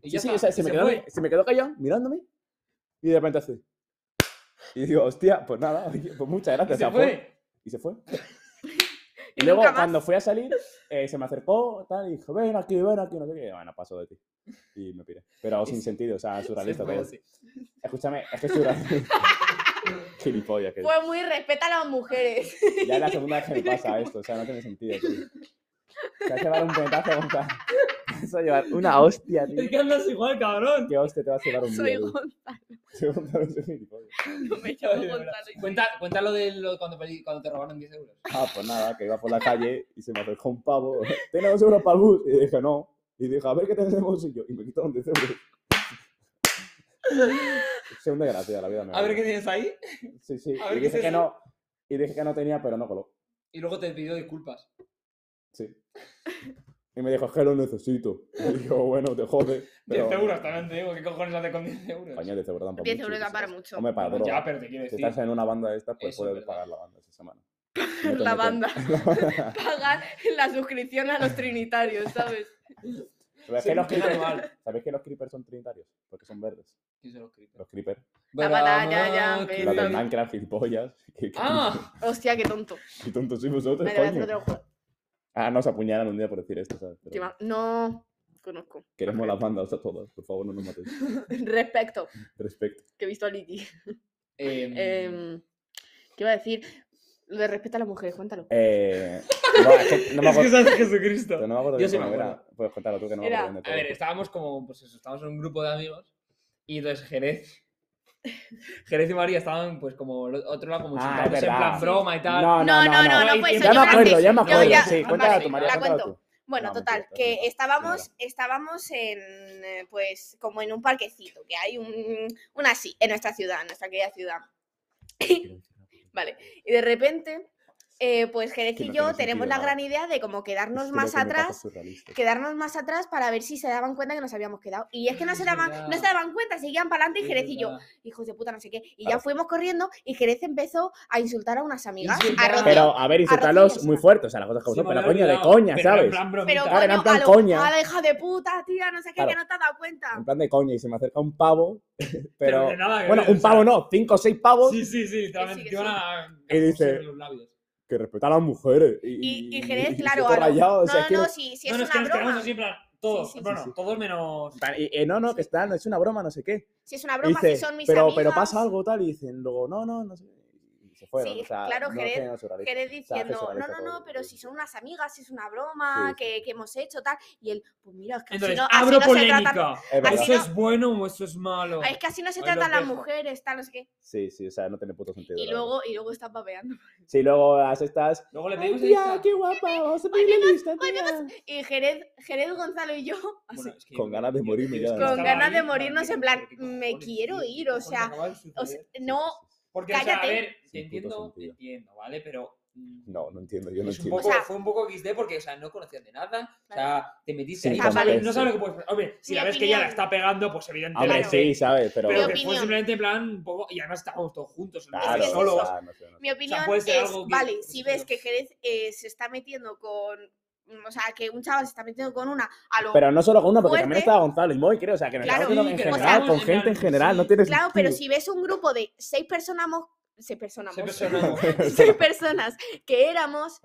Speaker 1: Y
Speaker 3: Sí,
Speaker 1: ya
Speaker 3: sí,
Speaker 1: está,
Speaker 3: o sea,
Speaker 1: y
Speaker 3: se me, quedó,
Speaker 1: fue.
Speaker 3: se me quedó callado mirándome y de repente así. Y digo, hostia, pues nada, oye, pues muchas
Speaker 1: Y
Speaker 3: gracias.
Speaker 1: se
Speaker 3: o sea, fue-
Speaker 1: fue.
Speaker 3: y se fue.
Speaker 2: Y
Speaker 3: Y luego,
Speaker 2: nunca más.
Speaker 3: cuando fui a salir, eh, se me acercó tal, y dijo, ven aquí, ven aquí, no sé qué. Y, Bueno, paso de ti. Y me piré. Pero sin sentido, o sea,
Speaker 1: Se
Speaker 3: surrealista pues.
Speaker 1: fue
Speaker 3: todo.
Speaker 1: así.
Speaker 3: Escúchame, es que es surrealista. Gilipollas, que
Speaker 2: Fue muy respeta a las mujeres.
Speaker 3: ya es la segunda vez que me pasa esto, o sea, no tiene sentido. Tío. Se hace dar un puñetazo a un tal.
Speaker 4: vas a llevar una hostia, tío.
Speaker 1: Es que andas igual, cabrón.
Speaker 3: ¿Qué hostia te vas a llevar un día?
Speaker 2: Soy
Speaker 3: tío?
Speaker 2: Gonzalo,
Speaker 3: Te voy a contar un gilipollas.
Speaker 2: no me llamo
Speaker 1: Oye, de
Speaker 2: Gonzalo.
Speaker 1: verdad. Cuenta, cuenta lo de lo- cuando, perdí- cuando te robaron 10 euros.
Speaker 3: Ah, pues nada, que iba por la calle y se me acercó un pavo. ¿Tienes dos euros para el bus? Y dije, no. Y dije, a ver qué tenés en el bolsillo. Y me quitaron 10 euros. Segunda gracia, la vida me
Speaker 1: A ver
Speaker 3: vale.
Speaker 1: qué tienes ahí.
Speaker 3: Sí, sí.
Speaker 1: a ver
Speaker 3: Y
Speaker 1: qué
Speaker 3: dije
Speaker 1: es
Speaker 3: que
Speaker 1: eso.
Speaker 3: no. Y dije que no tenía, pero no coló.
Speaker 1: Y luego te pidió disculpas.
Speaker 3: Sí. Y me dijo, es que lo necesito. Y yo, bueno, te jode.
Speaker 1: 10
Speaker 3: pero-
Speaker 1: euros también te digo. ¿Qué cojones haces con 10 euros?
Speaker 3: Coño, 10 euros tampoco.
Speaker 2: 10
Speaker 3: mucho,
Speaker 2: euros
Speaker 3: yo
Speaker 2: da
Speaker 3: qué sé.
Speaker 2: para mucho.
Speaker 3: Hombre, para
Speaker 1: Bueno,
Speaker 3: droga.
Speaker 1: ya, pero te quiero
Speaker 3: Si
Speaker 1: decir.
Speaker 3: estás en una banda de estas, pues
Speaker 1: Eso es
Speaker 3: puedes
Speaker 1: verdad.
Speaker 3: pagar la banda esa semana. No
Speaker 2: La
Speaker 3: te metes-
Speaker 2: banda. Pagan la suscripción a los trinitarios, ¿sabes?
Speaker 3: Pero es
Speaker 1: Sí,
Speaker 3: que los
Speaker 1: queda
Speaker 3: creepers-
Speaker 1: mal.
Speaker 3: ¿Sabéis que los creepers son trinitarios? Porque son verdes.
Speaker 1: ¿Quién son los creepers?
Speaker 3: Los creepers.
Speaker 2: La batalla, ya,
Speaker 1: Brava,
Speaker 2: ves.
Speaker 3: Los de
Speaker 2: Verdes.
Speaker 3: Minecraft, gilipollas. Qué- qué
Speaker 1: Ah,
Speaker 2: Hostia, qué tonto.
Speaker 3: tontos- Qué tontos sois vosotros,
Speaker 2: Vale, voy a hacer
Speaker 3: Pues coño.
Speaker 2: otro juego.
Speaker 3: Ah, nos apuñalan un día por decir esto, ¿sabes? Pero
Speaker 2: Que va- No conozco.
Speaker 3: queremos las bandas a todos. Por favor, no nos matéis.
Speaker 2: Respecto,
Speaker 3: Respecto.
Speaker 2: que he visto a Liti.
Speaker 3: Mm.
Speaker 1: em,
Speaker 2: Em, ¿Qué iba a decir? Lo de respeto a las mujeres, cuéntalo.
Speaker 3: Eh... buah, es que no me
Speaker 1: es que
Speaker 3: acuerdo.
Speaker 1: sabes Jesucristo.
Speaker 3: No me acuerdo
Speaker 1: Yo
Speaker 3: bien
Speaker 1: sí me
Speaker 3: cómo era.
Speaker 1: acuerdo.
Speaker 3: Puedes contarlo tú, que no me
Speaker 2: Era-
Speaker 3: acuerdo bien de
Speaker 1: A ver,
Speaker 3: todo.
Speaker 1: estábamos como, pues eso, estábamos en un grupo de amigos y entonces Jerez, Jerez y María estaban pues como el otro lado, como
Speaker 3: Ah, es
Speaker 1: insultándose en
Speaker 3: verdad.
Speaker 1: plan broma y tal.
Speaker 3: No, no, no, no.
Speaker 1: no,
Speaker 2: fue
Speaker 1: y-
Speaker 2: pues, eso,
Speaker 3: Ya
Speaker 2: yo
Speaker 3: me
Speaker 2: la
Speaker 3: acuerdo,
Speaker 2: sé,
Speaker 3: ya me
Speaker 2: yo
Speaker 3: acuerdo.
Speaker 2: ya- Ah,
Speaker 3: Sí,
Speaker 2: vale,
Speaker 3: cuéntala tú,
Speaker 1: sí,
Speaker 3: María,
Speaker 2: la
Speaker 3: cuéntala
Speaker 2: cuento.
Speaker 3: tú.
Speaker 2: Bueno,
Speaker 3: No,
Speaker 2: total,
Speaker 3: mentira,
Speaker 2: que
Speaker 3: mentira,
Speaker 2: estábamos,
Speaker 3: mentira.
Speaker 2: estábamos en, eh, pues, como en un parquecito, que hay un, una así, en nuestra ciudad, en nuestra querida ciudad. Vale, y de repente, eh, pues Jerez
Speaker 3: Que
Speaker 2: y
Speaker 3: no
Speaker 2: yo
Speaker 3: tiene
Speaker 2: tenemos
Speaker 3: sentido
Speaker 2: la
Speaker 3: nada.
Speaker 2: gran idea de como
Speaker 3: Es
Speaker 2: quedarnos
Speaker 3: que
Speaker 2: más
Speaker 3: lo que me pasa
Speaker 2: atrás
Speaker 3: es surrealista.
Speaker 2: quedarnos más atrás para ver si se daban cuenta que nos habíamos quedado. Y es que no
Speaker 1: Es
Speaker 2: se daban, no se
Speaker 1: verdad.
Speaker 2: daban cuenta, seguían para adelante y
Speaker 1: Es
Speaker 2: Jerez y yo,
Speaker 1: verdad.
Speaker 2: hijos de puta, no sé qué. Y
Speaker 3: Claro.
Speaker 2: ya fuimos corriendo y Jerez empezó a insultar a unas amigas, a
Speaker 1: verdad.
Speaker 2: Rocío.
Speaker 3: Pero, a ver, insultarlos
Speaker 2: Arrocillas,
Speaker 3: muy
Speaker 2: ¿no?
Speaker 3: fuerte, o sea, las cosas como
Speaker 1: Se
Speaker 3: son,
Speaker 1: me
Speaker 3: pero
Speaker 1: había
Speaker 3: coño, de
Speaker 1: olvidado,
Speaker 3: coña,
Speaker 1: pero era en
Speaker 3: ¿sabes?
Speaker 1: plan bromita.
Speaker 2: Pero
Speaker 3: Claro, era en
Speaker 2: coño,
Speaker 3: plan
Speaker 2: a, lo-
Speaker 3: coña.
Speaker 2: a la hija de puta, tía, no sé qué, que
Speaker 3: Claro.
Speaker 2: no te has dado cuenta.
Speaker 3: En plan de coña, y se me acerca un pavo, pero...
Speaker 1: de nada que
Speaker 3: Bueno,
Speaker 1: ver,
Speaker 3: un
Speaker 1: o sea,
Speaker 3: pavo no, cinco o seis pavos,
Speaker 1: Sí, sí, sí, literalmente
Speaker 2: que
Speaker 1: te iban
Speaker 2: sí.
Speaker 1: a.
Speaker 3: Y dice-
Speaker 1: a los labios.
Speaker 3: que respeta a las mujeres.
Speaker 2: Y,
Speaker 3: Y,
Speaker 2: y Jerez,
Speaker 3: y- y
Speaker 2: claro,
Speaker 3: todo
Speaker 2: a lo-
Speaker 3: rayado,
Speaker 2: no,
Speaker 3: o sea,
Speaker 2: no,
Speaker 3: que-
Speaker 2: no, si, si
Speaker 1: no,
Speaker 2: es
Speaker 1: no, es que
Speaker 2: una
Speaker 1: nos quedamos
Speaker 2: broma,
Speaker 1: así en plan, todos,
Speaker 2: Sí, sí,
Speaker 1: bueno,
Speaker 3: sí, sí.
Speaker 1: todos menos.
Speaker 3: Tal, y- eh, no, no, que está, no, es una broma, no sé qué.
Speaker 2: si es una
Speaker 3: Y
Speaker 2: broma, si
Speaker 3: dice,
Speaker 2: son mis
Speaker 3: pero,
Speaker 2: amigas.
Speaker 3: pero pasa algo tal, y dicen luego, no, no, no sé. Y se fueron,
Speaker 2: Sí,
Speaker 3: o sea,
Speaker 2: claro,
Speaker 3: no
Speaker 2: Jerez-
Speaker 3: tiene nada surrealista.
Speaker 2: Jerez
Speaker 3: sea, que
Speaker 2: diciendo,
Speaker 3: se
Speaker 2: no,
Speaker 3: realiza
Speaker 2: no,
Speaker 3: todo,
Speaker 2: no, pero
Speaker 3: sí,
Speaker 2: si
Speaker 3: sí.
Speaker 2: son unas amigas, si es una broma
Speaker 3: Sí,
Speaker 2: que, que hemos hecho, tal. Y él, pues mira, es que
Speaker 1: Entonces,
Speaker 2: así no, así
Speaker 1: abro
Speaker 2: no se
Speaker 1: polémica.
Speaker 2: tratan,
Speaker 3: Es verdad.
Speaker 1: ¿Eso
Speaker 2: Así no-
Speaker 1: es bueno o eso es malo?
Speaker 2: es que así no se
Speaker 1: Ahí
Speaker 2: tratan
Speaker 1: lo
Speaker 2: las
Speaker 1: dejo.
Speaker 2: mujeres, tal, no sé qué.
Speaker 3: Sí, sí, o sea, no tiene puto sentido.
Speaker 2: Y
Speaker 3: la verdad.
Speaker 2: luego, y luego estás papeando.
Speaker 3: Sí, luego las estas...
Speaker 1: Luego le
Speaker 3: Ay,
Speaker 1: pedimos
Speaker 3: tía,
Speaker 1: esta.
Speaker 3: qué guapa, vamos a pedirle lista,
Speaker 2: hoy
Speaker 3: tía.
Speaker 2: Y Jerez, Jerez Gonzalo y yo, así,
Speaker 1: Bueno, es que
Speaker 3: Con
Speaker 1: yo-
Speaker 3: ganas de
Speaker 1: yo-
Speaker 3: morirme
Speaker 1: yo
Speaker 3: ya,
Speaker 1: es que
Speaker 3: además.
Speaker 2: Con
Speaker 1: estaba
Speaker 2: ganas de
Speaker 1: ahí,
Speaker 2: morirnos, en plan,
Speaker 1: ¿qué cojones,
Speaker 2: me
Speaker 1: tío?
Speaker 2: quiero
Speaker 1: ¿Qué
Speaker 2: ir, o
Speaker 1: cojones
Speaker 2: sea,
Speaker 1: acaba de suceder?
Speaker 2: o sea, no,
Speaker 1: Porque, o sea,
Speaker 2: cállate.
Speaker 1: a ver,
Speaker 3: Sin
Speaker 1: te
Speaker 3: puto
Speaker 1: entiendo, te
Speaker 3: sentido.
Speaker 1: entiendo, ¿vale? Pero. mm,
Speaker 3: No, no entiendo, yo no
Speaker 1: es un
Speaker 3: entiendo.
Speaker 1: poco,
Speaker 2: O sea-
Speaker 1: fue un poco XD porque, o sea, no conocías de nada. O sea, te metiste
Speaker 3: Sin
Speaker 1: ahí. No sabes,
Speaker 3: contexto.
Speaker 1: no sabes lo que puedes hacer. Hombre, si
Speaker 2: Ah, Mi
Speaker 1: la ves que ella la
Speaker 2: opinión.
Speaker 1: está pegando, pues evidentemente.
Speaker 3: Hombre,
Speaker 2: Claro.
Speaker 3: sí, ¿sabes? Pero...
Speaker 1: Pero
Speaker 2: Mi
Speaker 1: que fue
Speaker 2: opinión.
Speaker 1: simplemente en plan un poco. Y además estábamos todos juntos, no
Speaker 3: Claro,
Speaker 2: Es que
Speaker 1: solos.
Speaker 3: o sea, no sé, no sé.
Speaker 2: Mi opinión
Speaker 1: puede
Speaker 2: es,
Speaker 1: ser algo que-
Speaker 2: vale,
Speaker 1: pues,
Speaker 2: si
Speaker 1: pero-
Speaker 2: ves que Jerez eh, se está metiendo con, o sea, que un chaval se está metiendo con una, a lo
Speaker 3: Pero no solo con una, porque también
Speaker 2: Fuerte.
Speaker 3: estaba Gonzalo y Moy, creo. O sea, que nos
Speaker 2: Claro,
Speaker 3: estamos viendo en
Speaker 1: sí, pero
Speaker 3: general,
Speaker 2: estamos
Speaker 3: con
Speaker 1: en
Speaker 3: gente en
Speaker 1: plan-
Speaker 3: general, no
Speaker 1: sí.
Speaker 3: tiene
Speaker 2: claro, pero
Speaker 3: sentido.
Speaker 2: si ves un grupo de seis personas, seis personas,
Speaker 1: Se personamos.
Speaker 2: seis personas que éramos,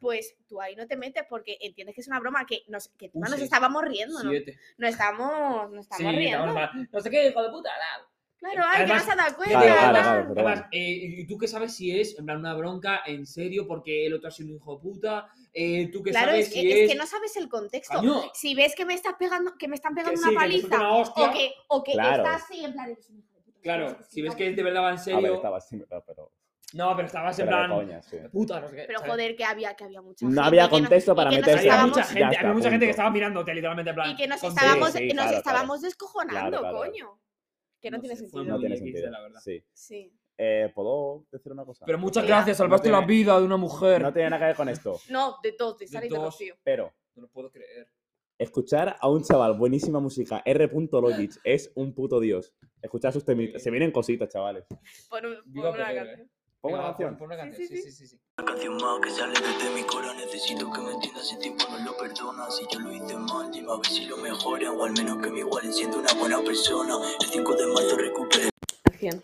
Speaker 2: pues tú ahí no te metes porque entiendes que es una broma que nos, que encima
Speaker 1: Un
Speaker 2: nos
Speaker 1: seis,
Speaker 2: estábamos riendo, ¿no?
Speaker 1: Siete.
Speaker 2: Nos estábamos, nos
Speaker 1: Sí,
Speaker 2: estamos riendo.
Speaker 1: estamos mal. No sé qué, hijo de puta. nada.
Speaker 2: Claro, ay, que no
Speaker 1: Además-
Speaker 2: se ha dado cuenta.
Speaker 3: Claro, claro,
Speaker 2: tal.
Speaker 3: claro. Pero
Speaker 1: Además,
Speaker 3: bueno.
Speaker 1: eh, ¿y tú qué sabes si es en plan una bronca en serio porque el otro ha sido un hijo de puta? Eh, ¿Tú qué
Speaker 2: Claro,
Speaker 1: sabes
Speaker 2: es
Speaker 1: si
Speaker 2: que,
Speaker 1: es,
Speaker 2: es que no sabes el contexto.
Speaker 1: Coño,
Speaker 2: Si ves que me estás pegando, que me están
Speaker 1: que
Speaker 2: pegando
Speaker 1: sí,
Speaker 2: una
Speaker 1: que te suelta
Speaker 2: paliza
Speaker 1: una hostia.
Speaker 2: o que, o que
Speaker 3: Claro.
Speaker 2: está así en plan. eres un hijo de puta,
Speaker 1: Claro,
Speaker 2: eres
Speaker 1: si
Speaker 2: un
Speaker 1: ves
Speaker 2: hijo
Speaker 1: que
Speaker 2: de
Speaker 1: es de verdad va en
Speaker 3: A ver,
Speaker 1: serio.
Speaker 3: Ah, estaba así, ¿verdad? Pero...
Speaker 1: No, pero estabas en
Speaker 3: pero de
Speaker 1: plan.
Speaker 3: coña, sí.
Speaker 1: Puta, no sé qué.
Speaker 2: Pero
Speaker 1: ¿sabes?
Speaker 2: joder, que había, que había mucha gente.
Speaker 3: No había
Speaker 2: que nos-
Speaker 3: contexto para
Speaker 2: que nos
Speaker 3: meterse.
Speaker 1: Había
Speaker 2: estábamos-
Speaker 1: mucha
Speaker 3: Ya
Speaker 1: gente,
Speaker 3: está,
Speaker 1: había mucha gente que
Speaker 3: punto.
Speaker 1: estaba mirándote literalmente en plan.
Speaker 2: Y que nos
Speaker 1: con-
Speaker 2: estábamos,
Speaker 3: sí,
Speaker 2: nos
Speaker 3: claro, claro.
Speaker 2: estábamos descojonando,
Speaker 3: Claro, claro.
Speaker 2: coño. Que no,
Speaker 1: No
Speaker 2: tiene
Speaker 1: sé, fue
Speaker 2: sentido.
Speaker 3: No
Speaker 1: muy
Speaker 3: tiene
Speaker 1: XD,
Speaker 3: sentido,
Speaker 1: la verdad.
Speaker 3: sí.
Speaker 2: Sí.
Speaker 3: Eh, ¿Puedo decir una cosa?
Speaker 1: Pero muchas
Speaker 2: Sí.
Speaker 1: gracias, salvaste
Speaker 3: No
Speaker 1: la
Speaker 3: tiene-
Speaker 1: vida de una mujer.
Speaker 3: No tiene nada que ver con esto,
Speaker 2: No, de dos, de Sara y de
Speaker 1: dos.
Speaker 2: Rocío.
Speaker 3: pero
Speaker 1: No lo puedo creer.
Speaker 3: escuchar a un chaval, buenísima música, R. Logic, es un puto dios. Escuchar sus temitas, se vienen cositas, chavales.
Speaker 2: Por, un-
Speaker 1: Viva
Speaker 2: por una
Speaker 1: Pedro,
Speaker 2: canción.
Speaker 3: Pongo la
Speaker 1: Venga,
Speaker 3: canción.
Speaker 1: Pon, pon una
Speaker 2: Sí,
Speaker 1: canción,
Speaker 2: sí,
Speaker 1: sí, sí, sí. sí.
Speaker 5: canción más que sale desde mi cora Necesito que me entiendas, ese tiempo no lo perdona Si yo lo hice mal, dime a ver si lo mejoran O al menos que me igualen siendo una buena persona El 5 de marzo recuperé
Speaker 2: Acción.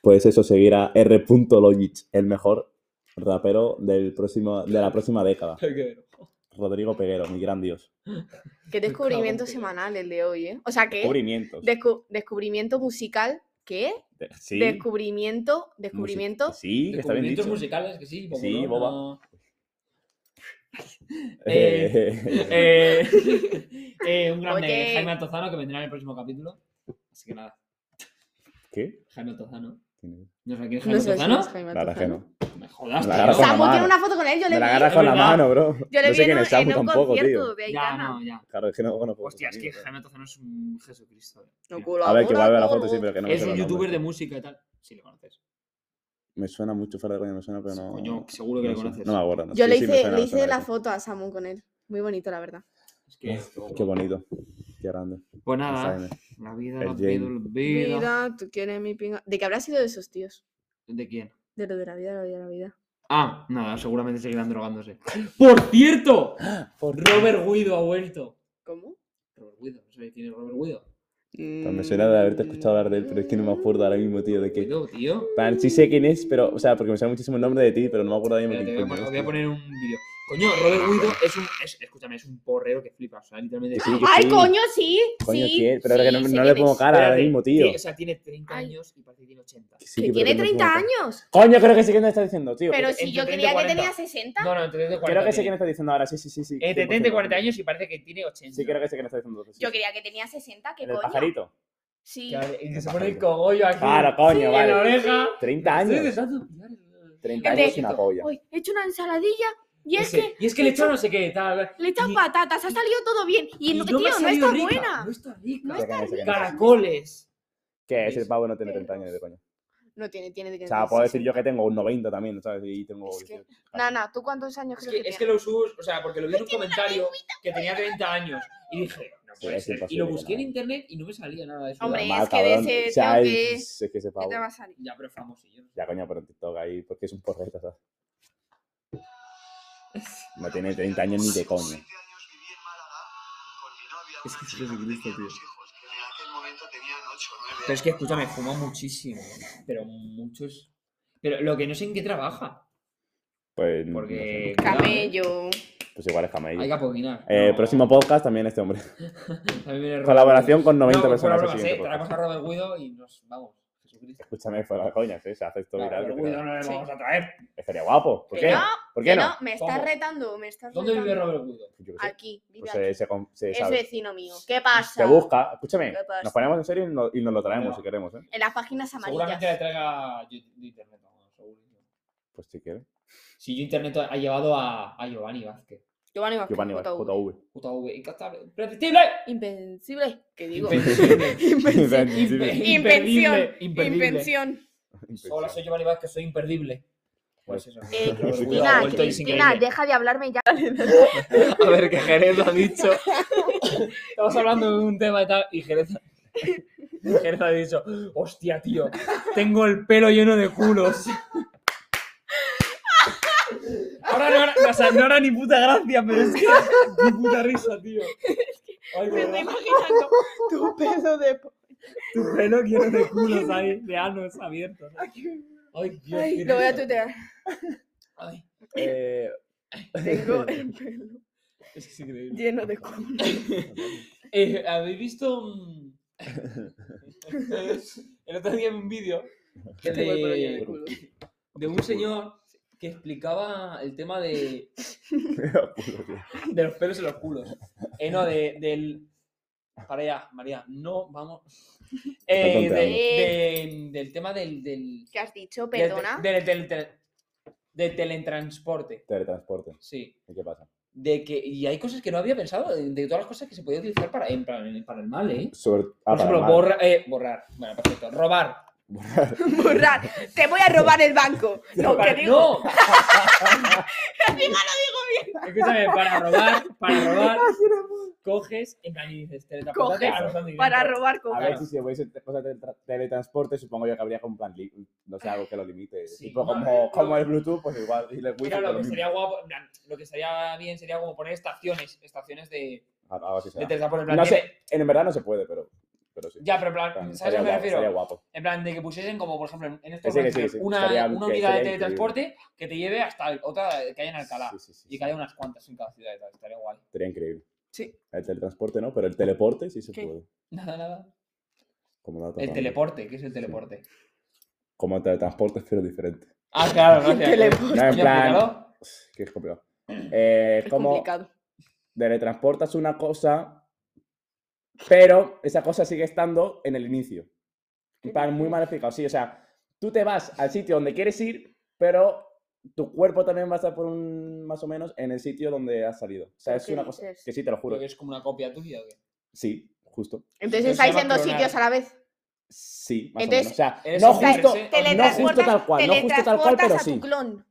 Speaker 3: Pues eso, seguir a R. Logic, el mejor rapero del próximo, de la próxima década.
Speaker 1: Hay que ver.
Speaker 3: Rodrigo Peguero, mi gran dios.
Speaker 2: Qué
Speaker 1: Me cago en
Speaker 2: descubrimiento
Speaker 1: Dios.
Speaker 2: semanal el de hoy, ¿eh? O sea, que
Speaker 3: Cubrimientos.
Speaker 2: descu- descubrimiento musical, ¿qué?
Speaker 3: De- Sí.
Speaker 2: Descubrimiento, descubrimiento
Speaker 3: Musi- Sí, que está bien
Speaker 1: Descubrimientos
Speaker 3: dicho.
Speaker 1: musicales, que sí,
Speaker 3: Sí,
Speaker 1: no,
Speaker 3: boba.
Speaker 1: no.
Speaker 3: Eh,
Speaker 1: Eh, eh, un grande
Speaker 2: Oye.
Speaker 1: Jaime Altozano que vendrá en el próximo capítulo. Así que nada,
Speaker 3: ¿Qué?
Speaker 1: Jaime Altozano.
Speaker 3: ¿Quién es?
Speaker 1: ¿No sé quién es Jaime
Speaker 2: No sé si
Speaker 1: Altozano?
Speaker 2: es Jaime
Speaker 3: La verdad que
Speaker 2: Altozano.
Speaker 3: no.
Speaker 1: Me jodas,
Speaker 3: Me
Speaker 1: tío.
Speaker 3: la agarra con la
Speaker 2: Samu tiene
Speaker 3: mano.
Speaker 2: una foto con él, yo le
Speaker 3: Me
Speaker 2: vi.
Speaker 3: la agarras
Speaker 1: es
Speaker 3: con la
Speaker 1: verdad.
Speaker 3: mano, bro.
Speaker 2: Yo le
Speaker 3: no
Speaker 2: vi
Speaker 3: sé
Speaker 2: en
Speaker 3: quién
Speaker 2: un,
Speaker 3: es Samu
Speaker 2: en un
Speaker 3: tampoco,
Speaker 2: concierto
Speaker 3: tío.
Speaker 2: de
Speaker 1: Ya,
Speaker 2: Aitana.
Speaker 1: no, ya.
Speaker 3: Claro, es que no conozco.
Speaker 1: Hostia, es que
Speaker 3: amigos, eh.
Speaker 1: Jaime Altozano es un Jesucristo. eh.
Speaker 2: No,
Speaker 1: Mira,
Speaker 2: colabora,
Speaker 3: A ver, que va a ver la foto,
Speaker 2: colabora.
Speaker 3: sí, pero que no me
Speaker 1: es
Speaker 3: suena
Speaker 1: un
Speaker 3: el nombre.
Speaker 1: youtuber de música y tal. Sí, le conoces.
Speaker 3: Me suena mucho fuera de coño, me suena, pero no.
Speaker 1: Coño, seguro que le
Speaker 3: no sé,
Speaker 1: conoces.
Speaker 3: No me acuerdo. no
Speaker 2: Yo
Speaker 3: sé,
Speaker 2: le
Speaker 3: sí me
Speaker 2: hice,
Speaker 3: suena,
Speaker 2: le
Speaker 3: me
Speaker 2: hice
Speaker 3: suena
Speaker 2: la
Speaker 3: eso.
Speaker 2: foto a Samu con él. Muy bonito, la verdad.
Speaker 1: Es que,
Speaker 3: Qué bonito. Qué grande.
Speaker 1: Pues nada,
Speaker 3: Jaime.
Speaker 1: la vida,
Speaker 3: El
Speaker 1: la
Speaker 3: Jane.
Speaker 1: vida, la vida.
Speaker 2: Vida, tú quieres mi pinga. ¿De qué habrá sido de esos tíos?
Speaker 1: ¿De quién?
Speaker 2: De lo de la vida, la vida, la vida.
Speaker 1: Ah, nada, seguramente seguirán drogándose. ¡Por cierto!
Speaker 3: Por-
Speaker 1: Robert Guido ha vuelto.
Speaker 2: ¿Cómo?
Speaker 1: Robert Guido, no sé quién es Robert Guido.
Speaker 3: Pues me suena de haberte escuchado hablar de él, pero es que no me acuerdo ahora mismo, tío, de qué.
Speaker 1: Guido, tío.
Speaker 3: Tan, sí sé quién es, pero, o sea, porque me sabe muchísimo el nombre de ti, pero no me acuerdo ahora mismo
Speaker 1: Espérate,
Speaker 3: quién
Speaker 1: voy a
Speaker 3: coño
Speaker 1: poner-
Speaker 3: es,
Speaker 1: voy a
Speaker 3: tío.
Speaker 1: poner un vídeo. Coño, Robert Guido es un. es- escúchame, es un porrero que flipa. O sea, literalmente.
Speaker 3: Que sí, que
Speaker 2: Mm, ¡Ay,
Speaker 3: sí.
Speaker 2: coño, sí!
Speaker 3: Coño,
Speaker 2: sí,
Speaker 3: ¿quién? Pero
Speaker 2: sí,
Speaker 3: que no,
Speaker 2: sé
Speaker 3: no le
Speaker 2: quién
Speaker 3: pongo
Speaker 2: es.
Speaker 3: cara ahora
Speaker 1: Espérate,
Speaker 3: mismo, tío.
Speaker 1: O sea, tiene 30 años y parece que tiene 80.
Speaker 3: Sí,
Speaker 2: Que
Speaker 3: tío, pero
Speaker 2: tiene
Speaker 3: no le pongo
Speaker 2: 30
Speaker 3: cara.
Speaker 2: años.
Speaker 3: Coño, creo que sé quién me está diciendo, tío.
Speaker 2: Pero
Speaker 1: entre-
Speaker 2: si yo
Speaker 1: entre
Speaker 2: creía que
Speaker 1: 30 y
Speaker 2: tenía
Speaker 1: 40.
Speaker 2: 60.
Speaker 1: No, no, entre 30 y 40.
Speaker 3: Creo que sé quién
Speaker 1: tiene.
Speaker 3: me está diciendo ahora, sí, sí, sí. sí
Speaker 1: Entre 30 y 40 años y parece que tiene 80.
Speaker 3: Sí, creo que sé quién me está diciendo. entonces, sí,
Speaker 2: Yo
Speaker 3: sí.
Speaker 2: creía que tenía 60, ¿qué
Speaker 3: ¿En el
Speaker 2: coño?
Speaker 3: pajarito?
Speaker 2: Sí.
Speaker 1: Que- Y se pone el cogollo aquí.
Speaker 3: Claro, coño,
Speaker 1: en la
Speaker 3: vale.
Speaker 1: oreja.
Speaker 3: 30
Speaker 1: Estoy
Speaker 3: años.
Speaker 1: intentando pillar el-
Speaker 3: 30
Speaker 2: Gente,
Speaker 3: años es una polla.
Speaker 2: Uy, he hecho una ensaladilla y es
Speaker 1: Ese,
Speaker 2: que
Speaker 1: y es que le he echado no sé qué, tal.
Speaker 2: le he echado
Speaker 1: y-
Speaker 2: patatas, ha salido todo bien. Y, el
Speaker 1: y
Speaker 2: tío,
Speaker 1: me ha
Speaker 2: no
Speaker 1: salido
Speaker 2: está
Speaker 1: rica,
Speaker 2: buena.
Speaker 1: No está rica.
Speaker 3: Creo que no sé quién es.
Speaker 1: Caracoles.
Speaker 3: Que ese pavo no tiene 30 años de coño.
Speaker 2: No tiene, tiene que
Speaker 3: O sea, puedo decir yo que tengo un 90 también, ¿sabes? Y tengo.
Speaker 2: Es que-
Speaker 3: 18.
Speaker 2: Nana, ¿tú cuántos años
Speaker 1: Es
Speaker 2: crees
Speaker 1: que,
Speaker 2: que
Speaker 1: es que
Speaker 2: tiene?
Speaker 1: lo subes, o sea, porque lo vi en un comentario que tenía 30 años. Y dije, no
Speaker 3: Sí,
Speaker 1: puede
Speaker 3: es
Speaker 1: ser. Y
Speaker 3: imposible
Speaker 1: lo
Speaker 3: que
Speaker 1: busqué en
Speaker 3: no.
Speaker 1: internet y no me salía nada de eso.
Speaker 2: Hombre,
Speaker 3: Normal,
Speaker 2: es que de
Speaker 3: cabrón.
Speaker 2: ese
Speaker 3: O sea,
Speaker 2: tengo que-
Speaker 3: es, es que ese
Speaker 2: ¿Qué
Speaker 3: pavo.
Speaker 2: te va a salir?
Speaker 1: Ya, pero es famosillo.
Speaker 3: Ya, coño, pero en TikTok ahí, porque es un porreta, ¿sabes? No tiene 30 años ni de coño.
Speaker 5: años viví en Málaga con mi novia,
Speaker 1: Es que
Speaker 5: una
Speaker 1: sí,
Speaker 5: chica que
Speaker 1: Jesucristo, tío.
Speaker 5: tenía dos hijos, que en aquel momento tenían 8 o 9
Speaker 1: Pero es que, escúchame, fuma muchísimo. Pero muchos. Pero lo que no sé en qué trabaja.
Speaker 3: Pues, no
Speaker 1: Porque.
Speaker 3: sé.
Speaker 1: cuidado, ¿eh?
Speaker 2: Camello.
Speaker 3: pues igual es
Speaker 1: Hay
Speaker 3: camello.
Speaker 1: que apoquinar.
Speaker 3: Eh,
Speaker 1: No,
Speaker 3: Próximo podcast también este hombre.
Speaker 1: también viene Robert
Speaker 3: Colaboración con
Speaker 1: Guido.
Speaker 3: 90
Speaker 1: No,
Speaker 3: personas.
Speaker 1: fuera
Speaker 3: el
Speaker 1: bromas,
Speaker 3: siguiente
Speaker 1: eh, Traemos a
Speaker 3: podcast.
Speaker 1: Robert Guido y nos vamos. Jesucristo.
Speaker 3: Escúchame, fuera de coñas, ¿eh? Se hace esto
Speaker 1: Claro,
Speaker 3: viral.
Speaker 1: Robert
Speaker 3: que te
Speaker 1: Guido
Speaker 3: cagas.
Speaker 1: no le
Speaker 2: Sí.
Speaker 1: vamos a traer.
Speaker 3: Estaría guapo. ¿Por
Speaker 2: Que
Speaker 3: qué
Speaker 2: no,
Speaker 3: no? ¿Por
Speaker 2: que
Speaker 3: qué
Speaker 2: no?
Speaker 3: no?
Speaker 2: me estás
Speaker 1: ¿Cómo?
Speaker 2: retando, me estás
Speaker 1: ¿Dónde vive
Speaker 2: retando.
Speaker 1: Robert Guido?
Speaker 3: Yo qué sé.
Speaker 2: Aquí, vive
Speaker 3: Pues
Speaker 2: aquí.
Speaker 3: se, se, con- se
Speaker 2: Es
Speaker 3: sabe.
Speaker 2: vecino mío. ¿Qué pasa?
Speaker 3: Se busca. Escúchame,
Speaker 2: ¿Qué pasa?
Speaker 3: nos ponemos en serio y, no- y nos lo traemos
Speaker 1: Venga.
Speaker 3: si queremos, ¿eh?
Speaker 2: En las páginas
Speaker 1: Seguramente le
Speaker 2: amarillas.
Speaker 1: traiga yo- de internet. vamos, seguro.
Speaker 3: Pues si quieres.
Speaker 1: Si yo internet ha llevado a, a Giovanni Vázquez.
Speaker 2: Giovanni Vázquez,
Speaker 3: Giovanni
Speaker 2: JV.
Speaker 3: JV.
Speaker 1: Puta V. Incastable. ¡Predecible!
Speaker 2: Invencible. ¿Qué digo?
Speaker 1: Invencible.
Speaker 2: Invencible.
Speaker 3: Invencible.
Speaker 1: Imperdible,
Speaker 2: Invención.
Speaker 1: imperdible.
Speaker 2: Invención.
Speaker 1: Hola, soy Giovanni Vázquez, soy imperdible. Pues eso.
Speaker 2: Eh,
Speaker 1: Robert Guido ha
Speaker 2: Cristina,
Speaker 1: vuelto y sin
Speaker 2: Cristina,
Speaker 1: querer.
Speaker 2: deja de hablarme ya.
Speaker 1: A ver, que Jerez lo ha dicho. Estamos hablando de un tema y tal. Y Jerez, Jerez ha dicho: Hostia, tío, tengo el pelo lleno de culos. Ahora no hará, o sea, no hará ni puta gracia, pero es que. Ni puta risa, tío. Ay,
Speaker 2: Me estoy
Speaker 1: verdad,
Speaker 2: imaginando tu pedo de. po-
Speaker 1: tu pelo lleno de culos ahí, de anos abiertos. Ay, Dios
Speaker 2: Ay,
Speaker 1: qué
Speaker 2: lo voy a
Speaker 1: risa.
Speaker 2: tuitear.
Speaker 1: Ay,
Speaker 3: Eh,
Speaker 2: Tengo el pelo
Speaker 1: es que es increíble.
Speaker 2: lleno de culo.
Speaker 1: Eh, ¿Habéis visto un... el otro día vi un vídeo que
Speaker 2: Tengo el pelo lleno de
Speaker 1: de,
Speaker 2: culo.
Speaker 1: de un señor que explicaba el tema de,
Speaker 3: culo, tío.
Speaker 1: de los pelos en los culos. Eh, no, de, del... Para allá, María, no, vamos. Eh,
Speaker 3: Está
Speaker 1: de- de- del tema del... del
Speaker 2: ¿Qué has dicho?
Speaker 1: del-
Speaker 2: Eh. Perdona.
Speaker 1: Del, del- del- del teletransporte,
Speaker 3: Teletransporte.
Speaker 1: sí.
Speaker 3: ¿Y qué pasa?
Speaker 1: De que, y hay cosas que no había pensado, de, de todas las cosas que se podía utilizar para, en plan- para el mal, ¿eh?
Speaker 3: Sobre...
Speaker 1: Por
Speaker 3: ah, para
Speaker 1: ejemplo,
Speaker 3: mal.
Speaker 1: borra- eh, borrar. Bueno, perfecto. Robar.
Speaker 2: Borrar. Te voy a robar el banco. No, que
Speaker 1: Para-
Speaker 2: digo.
Speaker 1: ¡No! Escúchame, para robar, para robar, coges, en plan y dices, teletransportate
Speaker 2: Coges
Speaker 1: a los Andes
Speaker 2: Para
Speaker 1: Blancos.
Speaker 2: robar
Speaker 3: A
Speaker 2: con.
Speaker 3: ver
Speaker 1: Claro.
Speaker 3: si se hubiese cosas de tra- teletransporte, supongo yo que habría como un plan, li- no sé, algo que lo limite.
Speaker 1: Sí,
Speaker 3: tipo
Speaker 1: no,
Speaker 3: como,
Speaker 1: no.
Speaker 3: como el Bluetooth, pues igual, y el wifi.
Speaker 1: Mira, lo
Speaker 3: pues lo
Speaker 1: que
Speaker 3: mismo.
Speaker 1: sería guapo, en plan, lo que estaría bien sería como poner estaciones, estaciones de,
Speaker 3: Ah, Algo así
Speaker 1: de
Speaker 3: será.
Speaker 1: teletransporte. En plan,
Speaker 3: No
Speaker 1: tiene-
Speaker 3: sé, en verdad no se puede, pero, pero sí.
Speaker 1: Ya, pero en plan,
Speaker 3: Plan,
Speaker 1: ¿sabes a
Speaker 3: estaría
Speaker 1: qué me
Speaker 3: guapo,
Speaker 1: refiero?
Speaker 3: Estaría guapo.
Speaker 1: En plan, de que pusiesen como, por ejemplo, en- en estos
Speaker 3: Sí, que sí,
Speaker 1: momentos,
Speaker 3: sí,
Speaker 1: una,
Speaker 3: estaría-
Speaker 1: una
Speaker 3: que
Speaker 1: unidad de
Speaker 3: sería
Speaker 1: teletransporte que te lleve hasta el- otra que haya en Alcalá.
Speaker 3: Sí, sí, sí,
Speaker 1: Y
Speaker 3: sí.
Speaker 1: que haya unas cuantas en cada ciudad y tal, estaría guay.
Speaker 3: Sería increíble.
Speaker 2: Sí.
Speaker 3: El teletransporte no, pero el teleporte sí se
Speaker 2: ¿Qué?
Speaker 3: puede.
Speaker 1: Nada, nada.
Speaker 3: Como dato
Speaker 1: El
Speaker 3: random.
Speaker 1: teleporte, ¿qué es el teleporte?
Speaker 3: Como teletransporte, pero diferente.
Speaker 1: Ah, claro, gracias.
Speaker 2: Teleporte.
Speaker 3: No, Ah, en
Speaker 1: Coño, pues,
Speaker 3: plan,
Speaker 1: explícalo.
Speaker 3: que es complicado. Eh,
Speaker 2: Es
Speaker 3: es como
Speaker 2: complicado.
Speaker 3: teletransportas una cosa, pero esa cosa sigue estando en el inicio. En plan, muy mal explicado, sí. O sea, tú te vas al sitio donde quieres ir, pero tu cuerpo también va a estar por un más o menos en el sitio donde has salido. O sea,
Speaker 2: ¿Pero
Speaker 3: es
Speaker 2: qué
Speaker 3: una cosa
Speaker 2: dices?
Speaker 3: que sí, te lo juro.
Speaker 1: Porque es como una copia tuya. ¿o qué?
Speaker 3: Sí, justo.
Speaker 1: Eso
Speaker 2: Entonces
Speaker 1: se
Speaker 2: estáis
Speaker 1: llama
Speaker 2: en dos
Speaker 1: clonar.
Speaker 2: sitios a la vez.
Speaker 3: Sí, más
Speaker 2: Entonces,
Speaker 3: o menos. O sea,
Speaker 1: eres
Speaker 3: no
Speaker 1: un
Speaker 3: justo,
Speaker 1: presente.
Speaker 3: no justo
Speaker 2: Teletransportas-
Speaker 3: tal cual, no justo tal cual, pero
Speaker 2: teletransportas a
Speaker 3: sí.
Speaker 2: tu clon.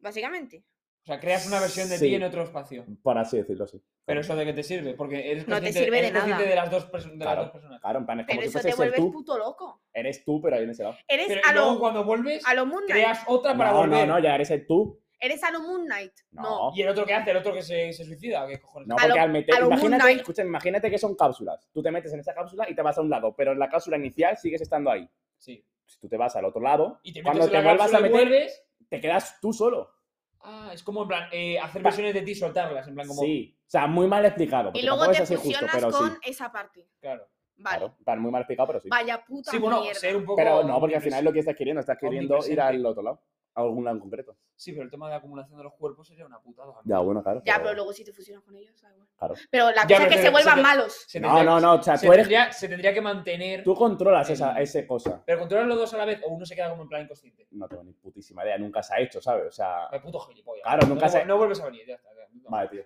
Speaker 2: Básicamente.
Speaker 1: O sea, creas una versión de
Speaker 3: Sí.
Speaker 1: ti en otro espacio.
Speaker 3: Por así decirlo, sí.
Speaker 1: Pero eso de qué te sirve, porque eres
Speaker 2: No te
Speaker 1: consciente,
Speaker 2: sirve
Speaker 1: eres
Speaker 2: de
Speaker 1: consciente
Speaker 2: nada.
Speaker 1: de las dos, perso- de
Speaker 3: Claro.
Speaker 1: las dos personas.
Speaker 3: Claro, en plan, es como
Speaker 2: Pero
Speaker 3: si
Speaker 2: eso
Speaker 3: fuese
Speaker 2: te
Speaker 3: ser
Speaker 2: vuelves
Speaker 3: tú.
Speaker 2: puto loco.
Speaker 3: Eres tú, pero ahí en ese lado.
Speaker 2: Eres
Speaker 1: Pero
Speaker 2: a
Speaker 1: y luego
Speaker 2: lo,
Speaker 1: cuando vuelves,
Speaker 2: a lo Moon Knight.
Speaker 1: creas otra para
Speaker 3: No, no,
Speaker 1: volver.
Speaker 3: no, ya eres el tú.
Speaker 2: Eres a lo Moon Knight. No.
Speaker 3: No.
Speaker 1: ¿Y el otro qué hace? ¿El otro que se, se suicida? ¿Qué cojones?
Speaker 3: No,
Speaker 2: A
Speaker 3: porque
Speaker 2: lo-
Speaker 3: al meter.
Speaker 2: a lo Moon
Speaker 3: Imagínate,
Speaker 2: Knight.
Speaker 3: escucha, imagínate que son cápsulas. Tú te metes en esa cápsula y te vas a un lado, pero en la cápsula inicial sigues estando ahí.
Speaker 1: Sí.
Speaker 3: Si tú te vas al otro lado,
Speaker 1: Y te metes
Speaker 3: cuando
Speaker 1: en
Speaker 3: te
Speaker 1: la
Speaker 3: vuelvas
Speaker 1: cápsula
Speaker 3: a
Speaker 1: y
Speaker 3: meter,
Speaker 1: vuelves.
Speaker 3: te quedas tú solo.
Speaker 1: Ah, es como en plan, eh, hacer
Speaker 3: Pa-
Speaker 1: versiones de ti y soltarlas. En plan, como.
Speaker 3: Sí. O sea, muy mal explicado.
Speaker 2: Y
Speaker 3: porque
Speaker 2: luego
Speaker 3: tampoco es
Speaker 2: te
Speaker 3: así justo,
Speaker 2: fusionas
Speaker 3: pero
Speaker 2: con
Speaker 3: sí.
Speaker 2: esa parte.
Speaker 1: Claro.
Speaker 2: Vale.
Speaker 3: Claro, tan muy mal explicado, pero sí.
Speaker 2: Vaya puta
Speaker 1: Sí, bueno,
Speaker 2: mierda.
Speaker 1: ser un poco.
Speaker 3: Pero no, porque al final es lo que estás queriendo, estás queriendo ir
Speaker 1: omnipresente.
Speaker 3: al otro lado, a algún lado en concreto.
Speaker 1: Sí, pero el tema de acumulación de los cuerpos sería una putada. ¿no?
Speaker 3: Ya, bueno, claro.
Speaker 2: Ya, pero luego si te fusionas con ellos, da igual.
Speaker 3: Claro.
Speaker 2: Pero la
Speaker 1: Ya,
Speaker 2: cosa
Speaker 1: pero
Speaker 2: es que
Speaker 1: se-
Speaker 2: se vuelvan
Speaker 1: se-
Speaker 2: malos.
Speaker 1: Se
Speaker 3: No,
Speaker 1: tendría-
Speaker 3: no, no, o sea,
Speaker 1: se
Speaker 3: tú eres.
Speaker 1: tendría- se tendría que mantener.
Speaker 3: Tú controlas
Speaker 1: el-
Speaker 3: esa, esa cosa.
Speaker 1: Pero controlar los dos a la vez o uno se queda como en plan inconsciente.
Speaker 3: No tengo ni putísima idea, nunca se ha hecho, ¿sabes? O sea.
Speaker 1: Me puto gilipollas.
Speaker 3: Claro,
Speaker 1: No
Speaker 3: nunca
Speaker 1: te-
Speaker 3: se-
Speaker 1: No vuelves a venir, ya está. ya, no.
Speaker 3: Vale, tío.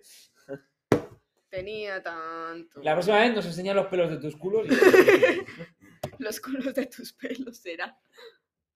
Speaker 2: Tenía tanto.
Speaker 1: La próxima vez nos enseñan los pelos de tus culos y.
Speaker 2: Los culos de tus pelos era.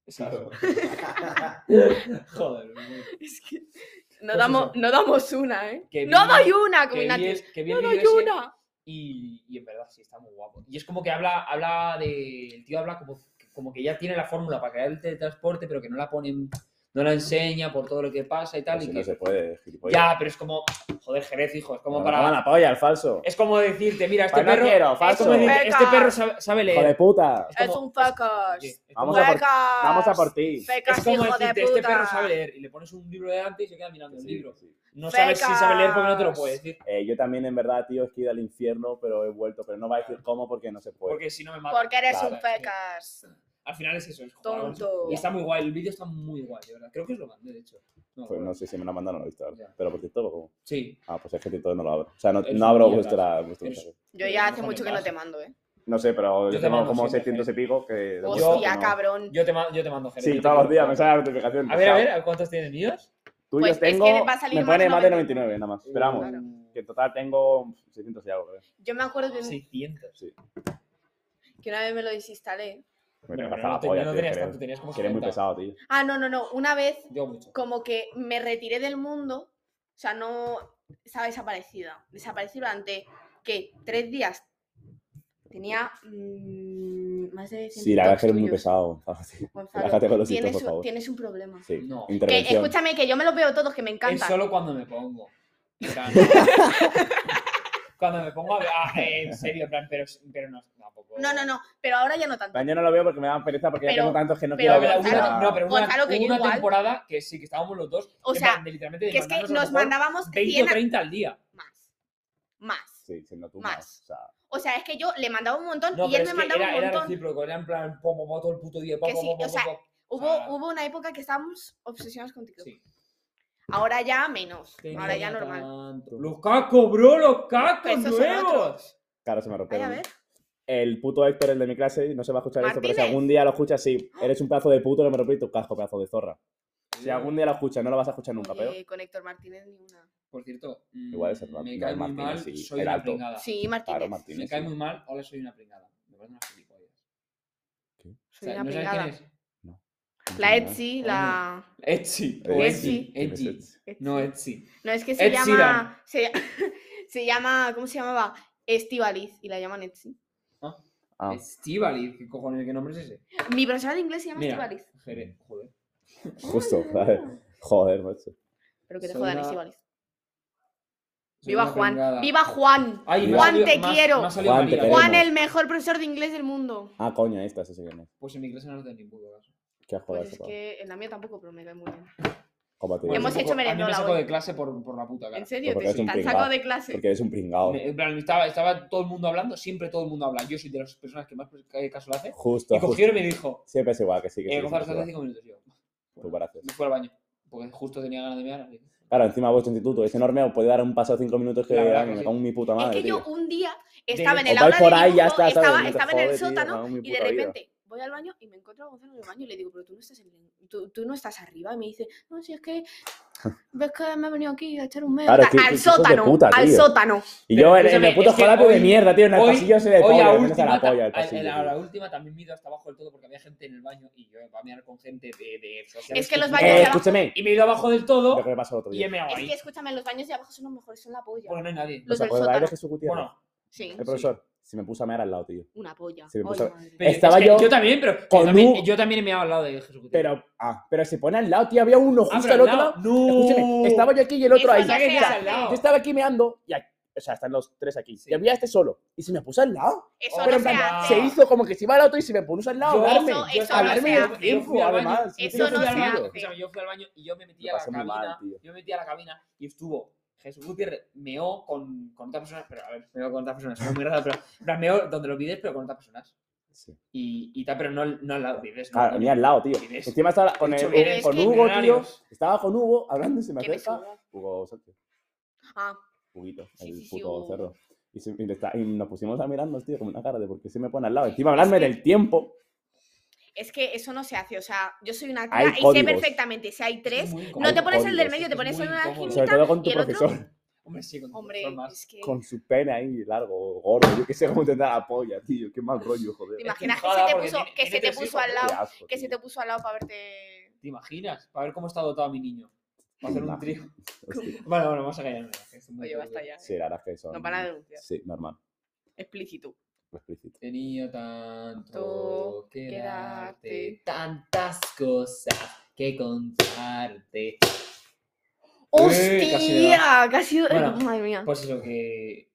Speaker 1: Claro. Joder. muy-
Speaker 2: Es que.
Speaker 1: Pues
Speaker 2: No,
Speaker 1: eso.
Speaker 2: damos, no damos una, ¿eh?
Speaker 1: Que
Speaker 2: no
Speaker 1: vi-
Speaker 2: doy una,
Speaker 1: Que vi
Speaker 2: Cominatis.
Speaker 1: el- que vi el
Speaker 2: No doy
Speaker 1: vídeo ese
Speaker 2: una.
Speaker 1: Y, y en verdad sí, está muy guapo. Y es como que habla, habla de. El tío habla como, como que ya tiene la fórmula para crear el teletransporte, pero que no la ponen. No la enseña por todo lo que pasa y tal.
Speaker 3: Pero
Speaker 1: y
Speaker 3: Pues si
Speaker 1: que,
Speaker 3: no se puede, gilipollas.
Speaker 1: ya, pero es como. Joder, Jerez, hijo. Es como para.
Speaker 3: Van polla, el falso.
Speaker 1: Es como decirte, mira, este
Speaker 3: Pues no
Speaker 1: perro.
Speaker 3: quiero,
Speaker 1: es como
Speaker 3: falso.
Speaker 1: decirte, este
Speaker 2: Peca.
Speaker 1: perro sabe, sabe
Speaker 3: Hijo de
Speaker 1: leer.
Speaker 3: puta.
Speaker 1: Es
Speaker 2: Es
Speaker 1: como-
Speaker 2: un fuckers.
Speaker 1: Sí, es como-
Speaker 3: Vamos a por,
Speaker 2: Pecas.
Speaker 3: vamos a por ti.
Speaker 2: Pecas,
Speaker 1: Es como
Speaker 2: hijo de
Speaker 1: decirte,
Speaker 2: puta.
Speaker 1: este perro sabe leer. Y le pones un libro delante y se queda mirando el
Speaker 3: Sí,
Speaker 1: libro.
Speaker 3: sí.
Speaker 1: No sabes si sabe leer porque no te lo puede
Speaker 2: Pecas.
Speaker 1: decir.
Speaker 3: Eh, yo también, en verdad, tío, es que he ido al infierno, pero he vuelto. Pero no va a decir cómo porque no se puede.
Speaker 1: Porque si no me mata.
Speaker 2: Porque eres
Speaker 3: Pues Claro,
Speaker 2: un pecas.
Speaker 1: Al final es eso, es jugar.
Speaker 2: Tonto.
Speaker 1: Y está muy guay, el vídeo está muy guay, de verdad. Creo que es lo mandé, de hecho. No,
Speaker 3: Pues
Speaker 1: bueno.
Speaker 3: no sé si me lo han mandado o no lo he visto. ahora.
Speaker 1: Ya.
Speaker 3: Pero por TikTok, ¿cómo?
Speaker 1: Sí,
Speaker 3: Ah, pues es que TikTok no lo abro. O sea, no,
Speaker 1: Es
Speaker 3: no abro
Speaker 1: un
Speaker 3: vuestra, vuestro
Speaker 1: Es-
Speaker 3: mensaje.
Speaker 2: Yo
Speaker 1: Pero
Speaker 2: ya
Speaker 1: no
Speaker 2: hace
Speaker 1: me
Speaker 2: mucho que no
Speaker 1: pasa.
Speaker 2: te mando, ¿eh?
Speaker 3: No sé, pero yo
Speaker 1: Yo te
Speaker 3: tengo
Speaker 1: mando
Speaker 3: como
Speaker 1: siempre,
Speaker 3: 600 y pico que... de vuestro
Speaker 2: Hostia,
Speaker 3: no-
Speaker 2: cabrón.
Speaker 1: yo te, ma- yo te mando gente.
Speaker 3: Sí, todos los días me sale la notificación.
Speaker 1: A ver,
Speaker 3: o
Speaker 1: a
Speaker 3: sea,
Speaker 1: ver, ¿a ¿cuántos tienes míos?
Speaker 3: Tú
Speaker 2: Pues
Speaker 3: yo
Speaker 2: es que
Speaker 3: tengo...
Speaker 2: va a salir
Speaker 3: me
Speaker 2: más
Speaker 3: pone más de
Speaker 2: 99.
Speaker 3: 99 nada más. Pero vamos,
Speaker 2: Claro.
Speaker 3: que en total tengo 600 y algo. creo.
Speaker 2: Yo me acuerdo que,
Speaker 1: 600.
Speaker 2: que una vez me lo desinstalé.
Speaker 3: Me
Speaker 1: Bueno, pero
Speaker 3: tengo hasta
Speaker 1: no,
Speaker 3: la
Speaker 1: te-
Speaker 3: polla,
Speaker 1: no
Speaker 3: tío,
Speaker 1: tenías
Speaker 3: que
Speaker 1: tanto, tenías como
Speaker 3: que eres muy
Speaker 1: 70.
Speaker 3: pesado, tío.
Speaker 2: Ah, no, no, no. Una vez
Speaker 1: Yo mucho.
Speaker 2: como que me retiré del mundo. O sea, no estaba desaparecida. Desaparecí durante, ¿qué? Tres días. Tenía mm, más de 100
Speaker 3: Sí, la verdad
Speaker 2: TikToks
Speaker 3: es que eres muy
Speaker 2: tuyos.
Speaker 3: pesado. Gonzalo.
Speaker 2: Gonzalo,
Speaker 3: Relájate con los
Speaker 2: tienes,
Speaker 3: sitios, por
Speaker 2: un-
Speaker 3: favor.
Speaker 2: tienes un problema.
Speaker 3: Sí,
Speaker 1: No.
Speaker 2: Que,
Speaker 3: intervención.
Speaker 2: escúchame, que yo me los veo todos, que me
Speaker 1: Es
Speaker 2: encantan.
Speaker 1: solo cuando me pongo. O sea, no- cuando me pongo a ver. ah, en serio, en plan, pero, pero no, tampoco.
Speaker 2: No, no, no, pero ahora ya no tanto.
Speaker 3: Plan, Yo no lo veo porque me dan pereza porque ya
Speaker 2: Pero-
Speaker 3: tengo tantos que no
Speaker 2: pero
Speaker 3: quiero
Speaker 1: Pero una-
Speaker 3: ver. o
Speaker 2: Gonzalo,
Speaker 3: sea,
Speaker 1: una, no, pero
Speaker 2: Gonzalo,
Speaker 1: una,
Speaker 2: que yo
Speaker 1: una
Speaker 2: igual.
Speaker 1: temporada que sí, que estábamos los dos.
Speaker 2: O
Speaker 1: en
Speaker 2: sea,
Speaker 1: plan, de literalmente de
Speaker 2: Que es que
Speaker 1: mandarnos a lo
Speaker 2: nos
Speaker 1: mejor
Speaker 2: mandábamos
Speaker 1: 20 o
Speaker 2: 100 a-
Speaker 1: 30 al día.
Speaker 2: más. Más.
Speaker 3: Sí, siendo tú
Speaker 2: Más.
Speaker 3: más. O sea,
Speaker 2: O sea, es que yo le mandaba un montón
Speaker 1: No,
Speaker 2: y
Speaker 1: pero
Speaker 2: él
Speaker 1: es
Speaker 2: me
Speaker 1: que
Speaker 2: mandaba
Speaker 1: era,
Speaker 2: un
Speaker 1: era
Speaker 2: montón.
Speaker 1: recíproco, era en plan, pomo, moto el puto día, pomo,
Speaker 2: Que sí,
Speaker 1: pomo,
Speaker 2: o sea,
Speaker 1: pomo.
Speaker 2: Hubo,
Speaker 1: Ah.
Speaker 2: hubo una época que estábamos obsesionados con TikTok.
Speaker 1: Sí.
Speaker 2: Ahora ya menos.
Speaker 1: Tenía
Speaker 2: Ahora ya normal.
Speaker 1: tanto. Los cacos, bro, los cacos
Speaker 2: Esos son
Speaker 1: nuevos.
Speaker 3: claro, se me rompió.
Speaker 2: Ay, a ver.
Speaker 3: El puto Héctor, el de mi clase, no se va a escuchar esto, pero si
Speaker 2: Martínez.
Speaker 3: algún día lo escuchas, sí. Eres un pedazo de puto, no me rompí tu casco, pedazo de zorra. Si algún día lo escuchas, no lo vas a escuchar nunca, pero.
Speaker 2: Oye, eh, con Héctor Martínez ni una.
Speaker 1: Por cierto, mm,
Speaker 3: Igual es el Mar-
Speaker 1: me
Speaker 3: no,
Speaker 1: cae
Speaker 3: el
Speaker 1: muy
Speaker 3: Martínez,
Speaker 1: mal,
Speaker 3: sí,
Speaker 1: soy
Speaker 3: el
Speaker 1: una
Speaker 3: alto.
Speaker 1: pringada.
Speaker 2: Sí, Martínez.
Speaker 3: Claro,
Speaker 1: Me
Speaker 3: Martínez.
Speaker 1: cae
Speaker 3: sí.
Speaker 1: muy mal, ahora soy una pringada. Me parece una gilipollas. O
Speaker 2: Soy
Speaker 1: sea,
Speaker 2: una
Speaker 1: ¿No sabes
Speaker 2: pringada.
Speaker 1: quién es?
Speaker 2: La Etsy,
Speaker 1: Coño.
Speaker 2: la.
Speaker 1: Etsy.
Speaker 3: Eh,
Speaker 1: O
Speaker 2: Etsy.
Speaker 1: Etsy.
Speaker 3: ¿quién es
Speaker 1: Etsy.
Speaker 3: Etsy?
Speaker 1: No, Etsy.
Speaker 2: No, es que se
Speaker 1: Ed Sheeran.
Speaker 2: llama. Se, se llama. ¿Cómo se llamaba? Estivaliz y la llaman Etsy.
Speaker 3: Ah.
Speaker 1: Estivaliz. ¿Qué cojones? ¿Qué nombre es ese?
Speaker 2: Mi profesora de inglés se llama
Speaker 1: Mira.
Speaker 2: Estivaliz.
Speaker 1: Jere, joder.
Speaker 3: Justo, vale. Joder, macho.
Speaker 2: Pero que te
Speaker 1: Soy
Speaker 2: jodan,
Speaker 1: una-
Speaker 2: Estivaliz.
Speaker 1: Soy
Speaker 2: Viva
Speaker 1: una
Speaker 2: Juan.
Speaker 1: pringada.
Speaker 2: ¡Viva Juan!
Speaker 1: Ay, me ha
Speaker 2: Juan,
Speaker 1: salido-
Speaker 2: te
Speaker 1: me ha-
Speaker 2: quiero.
Speaker 1: me ha salido
Speaker 3: Juan, te
Speaker 1: María.
Speaker 3: queremos.
Speaker 2: Juan, el mejor profesor de inglés del mundo.
Speaker 3: Ah, coño, esta, sí que no.
Speaker 1: Pues en mi clase no lo tengo ningún caso.
Speaker 3: Qué joder,
Speaker 2: Pues es
Speaker 3: sopa.
Speaker 2: que en la mía tampoco, pero me cae muy bien.
Speaker 3: Cómo te digo.
Speaker 2: Hemos
Speaker 1: un
Speaker 2: hecho
Speaker 1: poco- A mí
Speaker 2: merendola
Speaker 1: me saco
Speaker 2: hoy.
Speaker 1: de clase por, por la puta cara.
Speaker 2: ¿En serio?
Speaker 3: Porque
Speaker 2: Te
Speaker 3: eres un
Speaker 2: tan saco
Speaker 3: pringao.
Speaker 2: de clase.
Speaker 3: Porque eres un pringao.
Speaker 1: Me- En plan, estaba, estaba todo el mundo hablando, siempre todo el mundo habla. Yo soy de las personas que más ca- caso le hace.
Speaker 3: Justo,
Speaker 1: Y
Speaker 3: justo.
Speaker 1: cogieron y me dijo,
Speaker 3: Siempre es igual, que sí, que sí.
Speaker 1: eh, Gonzalo, estás
Speaker 3: siempre es
Speaker 1: de
Speaker 3: igual.
Speaker 1: cinco minutos. Yo,
Speaker 3: Tú gracias.
Speaker 1: me fui al baño. porque justo tenía ganas de mirar.
Speaker 3: Claro, encima vuestro instituto es enorme, os podéis dar un paso de cinco minutos que,
Speaker 1: La verdad
Speaker 3: ay,
Speaker 1: que
Speaker 3: me
Speaker 1: sí.
Speaker 3: cago en mi puta madre.
Speaker 2: es que yo
Speaker 3: tío.
Speaker 2: un día estaba en
Speaker 3: Os
Speaker 2: el
Speaker 3: vais
Speaker 2: aula
Speaker 3: por
Speaker 2: de
Speaker 3: ahí y ya
Speaker 2: dibujo,
Speaker 3: está, ¿sabes?
Speaker 2: estaba,
Speaker 3: Dices,
Speaker 2: estaba en el
Speaker 3: "Joder, tío, me
Speaker 2: sótano
Speaker 3: cago en mi
Speaker 2: y de
Speaker 3: puta vida".
Speaker 2: repente voy al baño y me encuentro a Gonzalo en el baño y le digo, pero tú no estás, en el- tú, tú no estás arriba. Y me dice, no, si es que ves que me he venido aquí a echar un medio.
Speaker 3: Claro,
Speaker 2: tal,
Speaker 3: es que-
Speaker 2: al
Speaker 3: es que hijos de
Speaker 2: sótano,
Speaker 3: puta,
Speaker 2: al
Speaker 3: tío.
Speaker 2: sótano.
Speaker 3: Y
Speaker 1: Pero
Speaker 3: yo en- en
Speaker 1: escúchame,
Speaker 3: el puto
Speaker 1: es que
Speaker 3: jalape de
Speaker 1: hoy-
Speaker 3: mierda, tío, en el
Speaker 1: hoy-
Speaker 3: pasillo se de
Speaker 1: Hoy
Speaker 3: polla,
Speaker 1: a
Speaker 3: me tienes a la
Speaker 1: última, ta-
Speaker 3: polla el
Speaker 1: a-
Speaker 3: pasillo.
Speaker 1: a la
Speaker 3: tío. Eh,
Speaker 1: última también me he ido hasta abajo del todo porque había gente en el baño y yo iba a mirar con gente de, de sociales
Speaker 2: Es que los
Speaker 3: Eh,
Speaker 2: baños-
Speaker 3: escúchame,
Speaker 1: Y me he ido abajo del todo
Speaker 3: lo que me pasó el otro
Speaker 1: y he
Speaker 3: día.
Speaker 1: meado
Speaker 2: Es
Speaker 1: ahí.
Speaker 2: que escúchame, los baños de abajo son los mejores, son la polla.
Speaker 1: Porque no hay nadie.
Speaker 2: los
Speaker 3: ¿Os
Speaker 2: del
Speaker 3: acordáis de
Speaker 2: sótano.
Speaker 3: Jesús Gutiérrez?
Speaker 1: Bueno,
Speaker 2: Sí,
Speaker 3: el profesor, se me puso a mear al lado, tío.
Speaker 2: una polla.
Speaker 3: Sí, me
Speaker 2: Ay,
Speaker 3: puse-
Speaker 2: madre.
Speaker 1: pero
Speaker 3: Estaba
Speaker 1: es que
Speaker 3: yo
Speaker 1: Yo también, pero yo
Speaker 3: con
Speaker 1: también,
Speaker 3: un-
Speaker 1: yo también he meado al lado de Jesús.
Speaker 3: Pero, ah, pero se pone al lado, tío, había uno
Speaker 1: Ah,
Speaker 3: justo
Speaker 1: pero
Speaker 3: al
Speaker 1: al
Speaker 3: otro
Speaker 1: lado.
Speaker 3: lado.
Speaker 1: No.
Speaker 3: Escúchame, estaba yo aquí y el otro
Speaker 2: Eso
Speaker 3: ahí.
Speaker 2: no se
Speaker 1: que
Speaker 3: O sea,
Speaker 2: hace.
Speaker 1: al lado.
Speaker 3: Yo estaba aquí meando y aquí- o sea, están los tres aquí.
Speaker 1: Sí.
Speaker 3: Y había este solo. Y se me puso al lado.
Speaker 2: Eso
Speaker 1: Pero
Speaker 3: Pero
Speaker 2: no
Speaker 3: en
Speaker 2: se
Speaker 3: plan,
Speaker 2: hace.
Speaker 3: se hizo como que se iba al otro y se me puso al lado.
Speaker 1: Yo-
Speaker 3: a hablarme.
Speaker 2: Eso-
Speaker 3: Yo-
Speaker 2: eso
Speaker 3: a
Speaker 2: no
Speaker 3: hablarme
Speaker 2: se
Speaker 3: de
Speaker 2: hace.
Speaker 3: tiempo,
Speaker 1: Yo fui al baño.
Speaker 3: además. Sí,
Speaker 2: Eso
Speaker 3: tiene
Speaker 1: yo fui
Speaker 2: no
Speaker 3: sentido.
Speaker 1: al
Speaker 2: se
Speaker 1: baño,
Speaker 2: hace.
Speaker 1: escúchame, yo fui al baño y yo me metí
Speaker 3: Lo
Speaker 1: a la
Speaker 3: pasé muy
Speaker 1: cabina.
Speaker 3: mal, tío.
Speaker 1: yo me metí a la cabina y estuvo Jesús Gutiérrez meó con, con otras personas, pero a ver, meó con otras personas, no muy raro, pero en plan, meó donde lo pides, pero con otras personas.
Speaker 3: Sí.
Speaker 1: Y, y tal, pero no, no al lado, pides. No,
Speaker 3: Claro,
Speaker 1: no,
Speaker 3: ni al lado, tío.
Speaker 1: Y ves-
Speaker 3: Encima estaba con, el-
Speaker 1: Pero
Speaker 2: es
Speaker 3: con
Speaker 2: que-
Speaker 3: Hugo, tío.
Speaker 1: Millonarios.
Speaker 3: Estaba con Hugo hablando y se me
Speaker 2: Que me
Speaker 3: acerca.
Speaker 2: suda.
Speaker 3: Hugo Sánchez.
Speaker 2: Ah,
Speaker 3: Huguito,
Speaker 2: Sí,
Speaker 3: el
Speaker 2: sí, sí,
Speaker 3: puto
Speaker 2: Hugo.
Speaker 3: cerdo. Y, se- y le está- y nos pusimos a mirarnos, tío, con una cara de por qué se me pone al lado. Encima hablarme
Speaker 2: Es que-
Speaker 3: del tiempo.
Speaker 2: es que eso no se hace. O sea, yo soy una
Speaker 3: Hay
Speaker 2: tía y sé
Speaker 3: códigos.
Speaker 2: perfectamente si hay tres.
Speaker 1: muy
Speaker 2: No te
Speaker 1: incómodo.
Speaker 2: pones el del
Speaker 3: códigos,
Speaker 2: medio,
Speaker 1: es
Speaker 2: te
Speaker 1: muy
Speaker 2: pones el de la
Speaker 1: incómodo.
Speaker 3: Y
Speaker 2: quinta.
Speaker 3: sobre todo con
Speaker 2: y
Speaker 3: tu
Speaker 2: el otro,
Speaker 3: profesor.
Speaker 1: Hombre, sí, con
Speaker 2: Hombre,
Speaker 1: formas.
Speaker 2: es que.
Speaker 3: Con su pene ahí largo, gordo. Yo qué sé cómo tendrá la polla, tío. Qué mal rollo, joder.
Speaker 2: ¿Te imaginas que
Speaker 1: joda,
Speaker 2: se te
Speaker 1: porque
Speaker 2: puso,
Speaker 1: tiene-
Speaker 2: que
Speaker 1: tiene
Speaker 2: se te
Speaker 1: tres
Speaker 2: puso
Speaker 1: hijos,
Speaker 2: al
Speaker 1: ¿eh?
Speaker 3: Qué
Speaker 2: lado?
Speaker 3: asco,
Speaker 2: Que se
Speaker 3: tío.
Speaker 2: te puso al lado para verte.
Speaker 1: ¿Te imaginas? Para ver cómo está dotado mi niño. Para hacer un
Speaker 3: Imagínate.
Speaker 1: trío.
Speaker 3: Hostia,
Speaker 1: Bueno, bueno, vamos a callarnos. que es muy
Speaker 2: Oye, basta
Speaker 1: turbio.
Speaker 2: ya.
Speaker 3: Sí, la verdad es que son...
Speaker 2: Nos van a denunciar.
Speaker 3: Sí, normal.
Speaker 2: Explícito.
Speaker 3: Explícito.
Speaker 1: Tenía tanto
Speaker 2: Todo
Speaker 1: que
Speaker 2: que
Speaker 1: darte,
Speaker 2: darte.
Speaker 1: tantas cosas que contarte. Eh, casi le
Speaker 2: ¡Hostia! Casi.
Speaker 1: Bueno,
Speaker 2: Madre mía.
Speaker 1: Pues eso que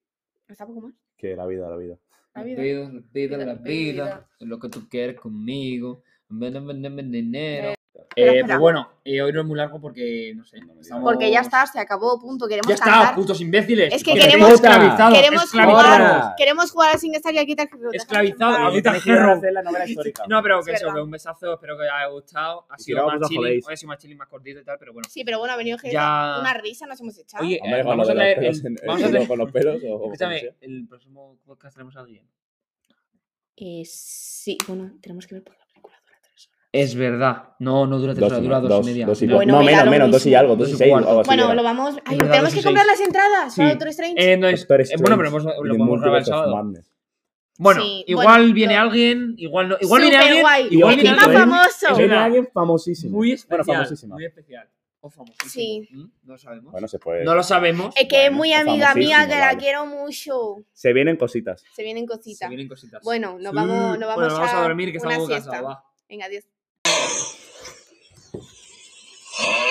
Speaker 2: ¿Está poco más?
Speaker 3: Que la vida, la vida.
Speaker 2: La
Speaker 1: la
Speaker 2: vida.
Speaker 1: vida, la vida,
Speaker 2: Vida,
Speaker 1: la vida,
Speaker 2: vida.
Speaker 1: lo que tú quieres conmigo. Ven, ven, ven, ven, dinero.
Speaker 2: Espera,
Speaker 1: Eh,
Speaker 2: espera.
Speaker 1: pues bueno, eh, hoy no es muy largo porque no sé.
Speaker 3: No me digas.
Speaker 1: estamos-
Speaker 2: Porque ya está, se acabó, punto. Queremos
Speaker 1: Ya está,
Speaker 2: cantar.
Speaker 1: putos imbéciles.
Speaker 2: Es que
Speaker 1: Porque
Speaker 2: queremos-
Speaker 1: estáis esclavizados,
Speaker 2: queremos
Speaker 1: esclavizados.
Speaker 2: jugar. Queremos jugar sin estar y aquí te
Speaker 1: Esclavizados.
Speaker 3: Eh,
Speaker 1: Ahorita
Speaker 3: tenéis que ir a
Speaker 1: Gerro.
Speaker 3: hacer la novela histórica.
Speaker 1: No, pero que
Speaker 2: Es
Speaker 1: eso,
Speaker 2: verdad.
Speaker 1: que un besazo, espero que os haya gustado. Ha
Speaker 3: si
Speaker 1: sido
Speaker 3: no,
Speaker 1: más
Speaker 3: pues os
Speaker 1: chilling,
Speaker 3: jodéis.
Speaker 1: hoy ha sido más chilling, más cortito y tal, pero bueno.
Speaker 2: Sí, pero bueno, ha venido gente.
Speaker 1: Ya-
Speaker 2: Una risa nos hemos echado.
Speaker 1: Oye,
Speaker 3: Hombre,
Speaker 1: eh,
Speaker 3: con
Speaker 1: vamos
Speaker 3: lo
Speaker 1: a
Speaker 3: de los
Speaker 1: leer,
Speaker 3: pelos
Speaker 1: el-
Speaker 3: en-
Speaker 1: vamos a leer-
Speaker 3: con los pelos o- o como
Speaker 1: Escúchame,
Speaker 3: sea.
Speaker 1: el próximo podcast tenemos a alguien.
Speaker 2: Eh, sí, bueno, tenemos que ver por la película dura tres horas.
Speaker 1: Es verdad. No, no dura tres
Speaker 3: Dos
Speaker 1: horas,
Speaker 3: y-
Speaker 1: dura dos,
Speaker 3: dos-
Speaker 1: y media.
Speaker 3: dos y
Speaker 1: No,
Speaker 3: po-
Speaker 2: Bueno,
Speaker 3: No,
Speaker 2: era
Speaker 3: menos,
Speaker 2: lo
Speaker 3: menos. Dos y
Speaker 2: mismo.
Speaker 3: algo, dos y
Speaker 1: Dos y
Speaker 3: seis. o
Speaker 1: cuarto.
Speaker 3: algo así
Speaker 2: Bueno,
Speaker 3: era.
Speaker 2: lo vamos. Ay,
Speaker 1: verdad,
Speaker 2: tenemos que
Speaker 1: los
Speaker 2: comprar
Speaker 1: seis.
Speaker 2: las entradas
Speaker 1: Sí.
Speaker 2: para Doctor Strange.
Speaker 1: Eh, no es-
Speaker 3: Doctor
Speaker 1: eh, bueno, pero
Speaker 3: Strange
Speaker 1: hemos-
Speaker 3: in
Speaker 1: lo
Speaker 3: the
Speaker 1: podemos grabar el
Speaker 3: Multiverse of
Speaker 1: sábado.
Speaker 3: Madness.
Speaker 1: Bueno,
Speaker 2: Sí,
Speaker 1: igual
Speaker 2: bueno,
Speaker 1: viene
Speaker 2: lo-
Speaker 1: alguien, igual no. Igual viene alguien.
Speaker 2: Superguay.
Speaker 1: Igual viene
Speaker 2: Encima
Speaker 1: alguien
Speaker 2: famoso.
Speaker 1: Es
Speaker 3: Viene
Speaker 1: una-
Speaker 3: alguien famosísimo.
Speaker 1: ¿eh? muy especial.
Speaker 3: Bueno, famosísima.
Speaker 1: Muy especial. O famosísimo.
Speaker 2: Sí.
Speaker 1: ¿Mm? No lo sabemos.
Speaker 3: Bueno, se puede.
Speaker 1: No lo sabemos.
Speaker 2: Es que es
Speaker 3: Bueno,
Speaker 2: muy amiga mía, que
Speaker 3: famosísimo,
Speaker 2: la
Speaker 3: vale.
Speaker 2: quiero mucho.
Speaker 3: Se vienen cositas.
Speaker 2: Se vienen
Speaker 1: Se
Speaker 2: cositas.
Speaker 1: vienen cositas.
Speaker 2: Bueno, nos
Speaker 1: Sí.
Speaker 2: vamos, nos vamos,
Speaker 1: Bueno, vamos a, dormir, que
Speaker 2: una
Speaker 1: estamos
Speaker 2: siesta.
Speaker 1: cansados. va.
Speaker 2: Venga, adiós.
Speaker 5: Ah,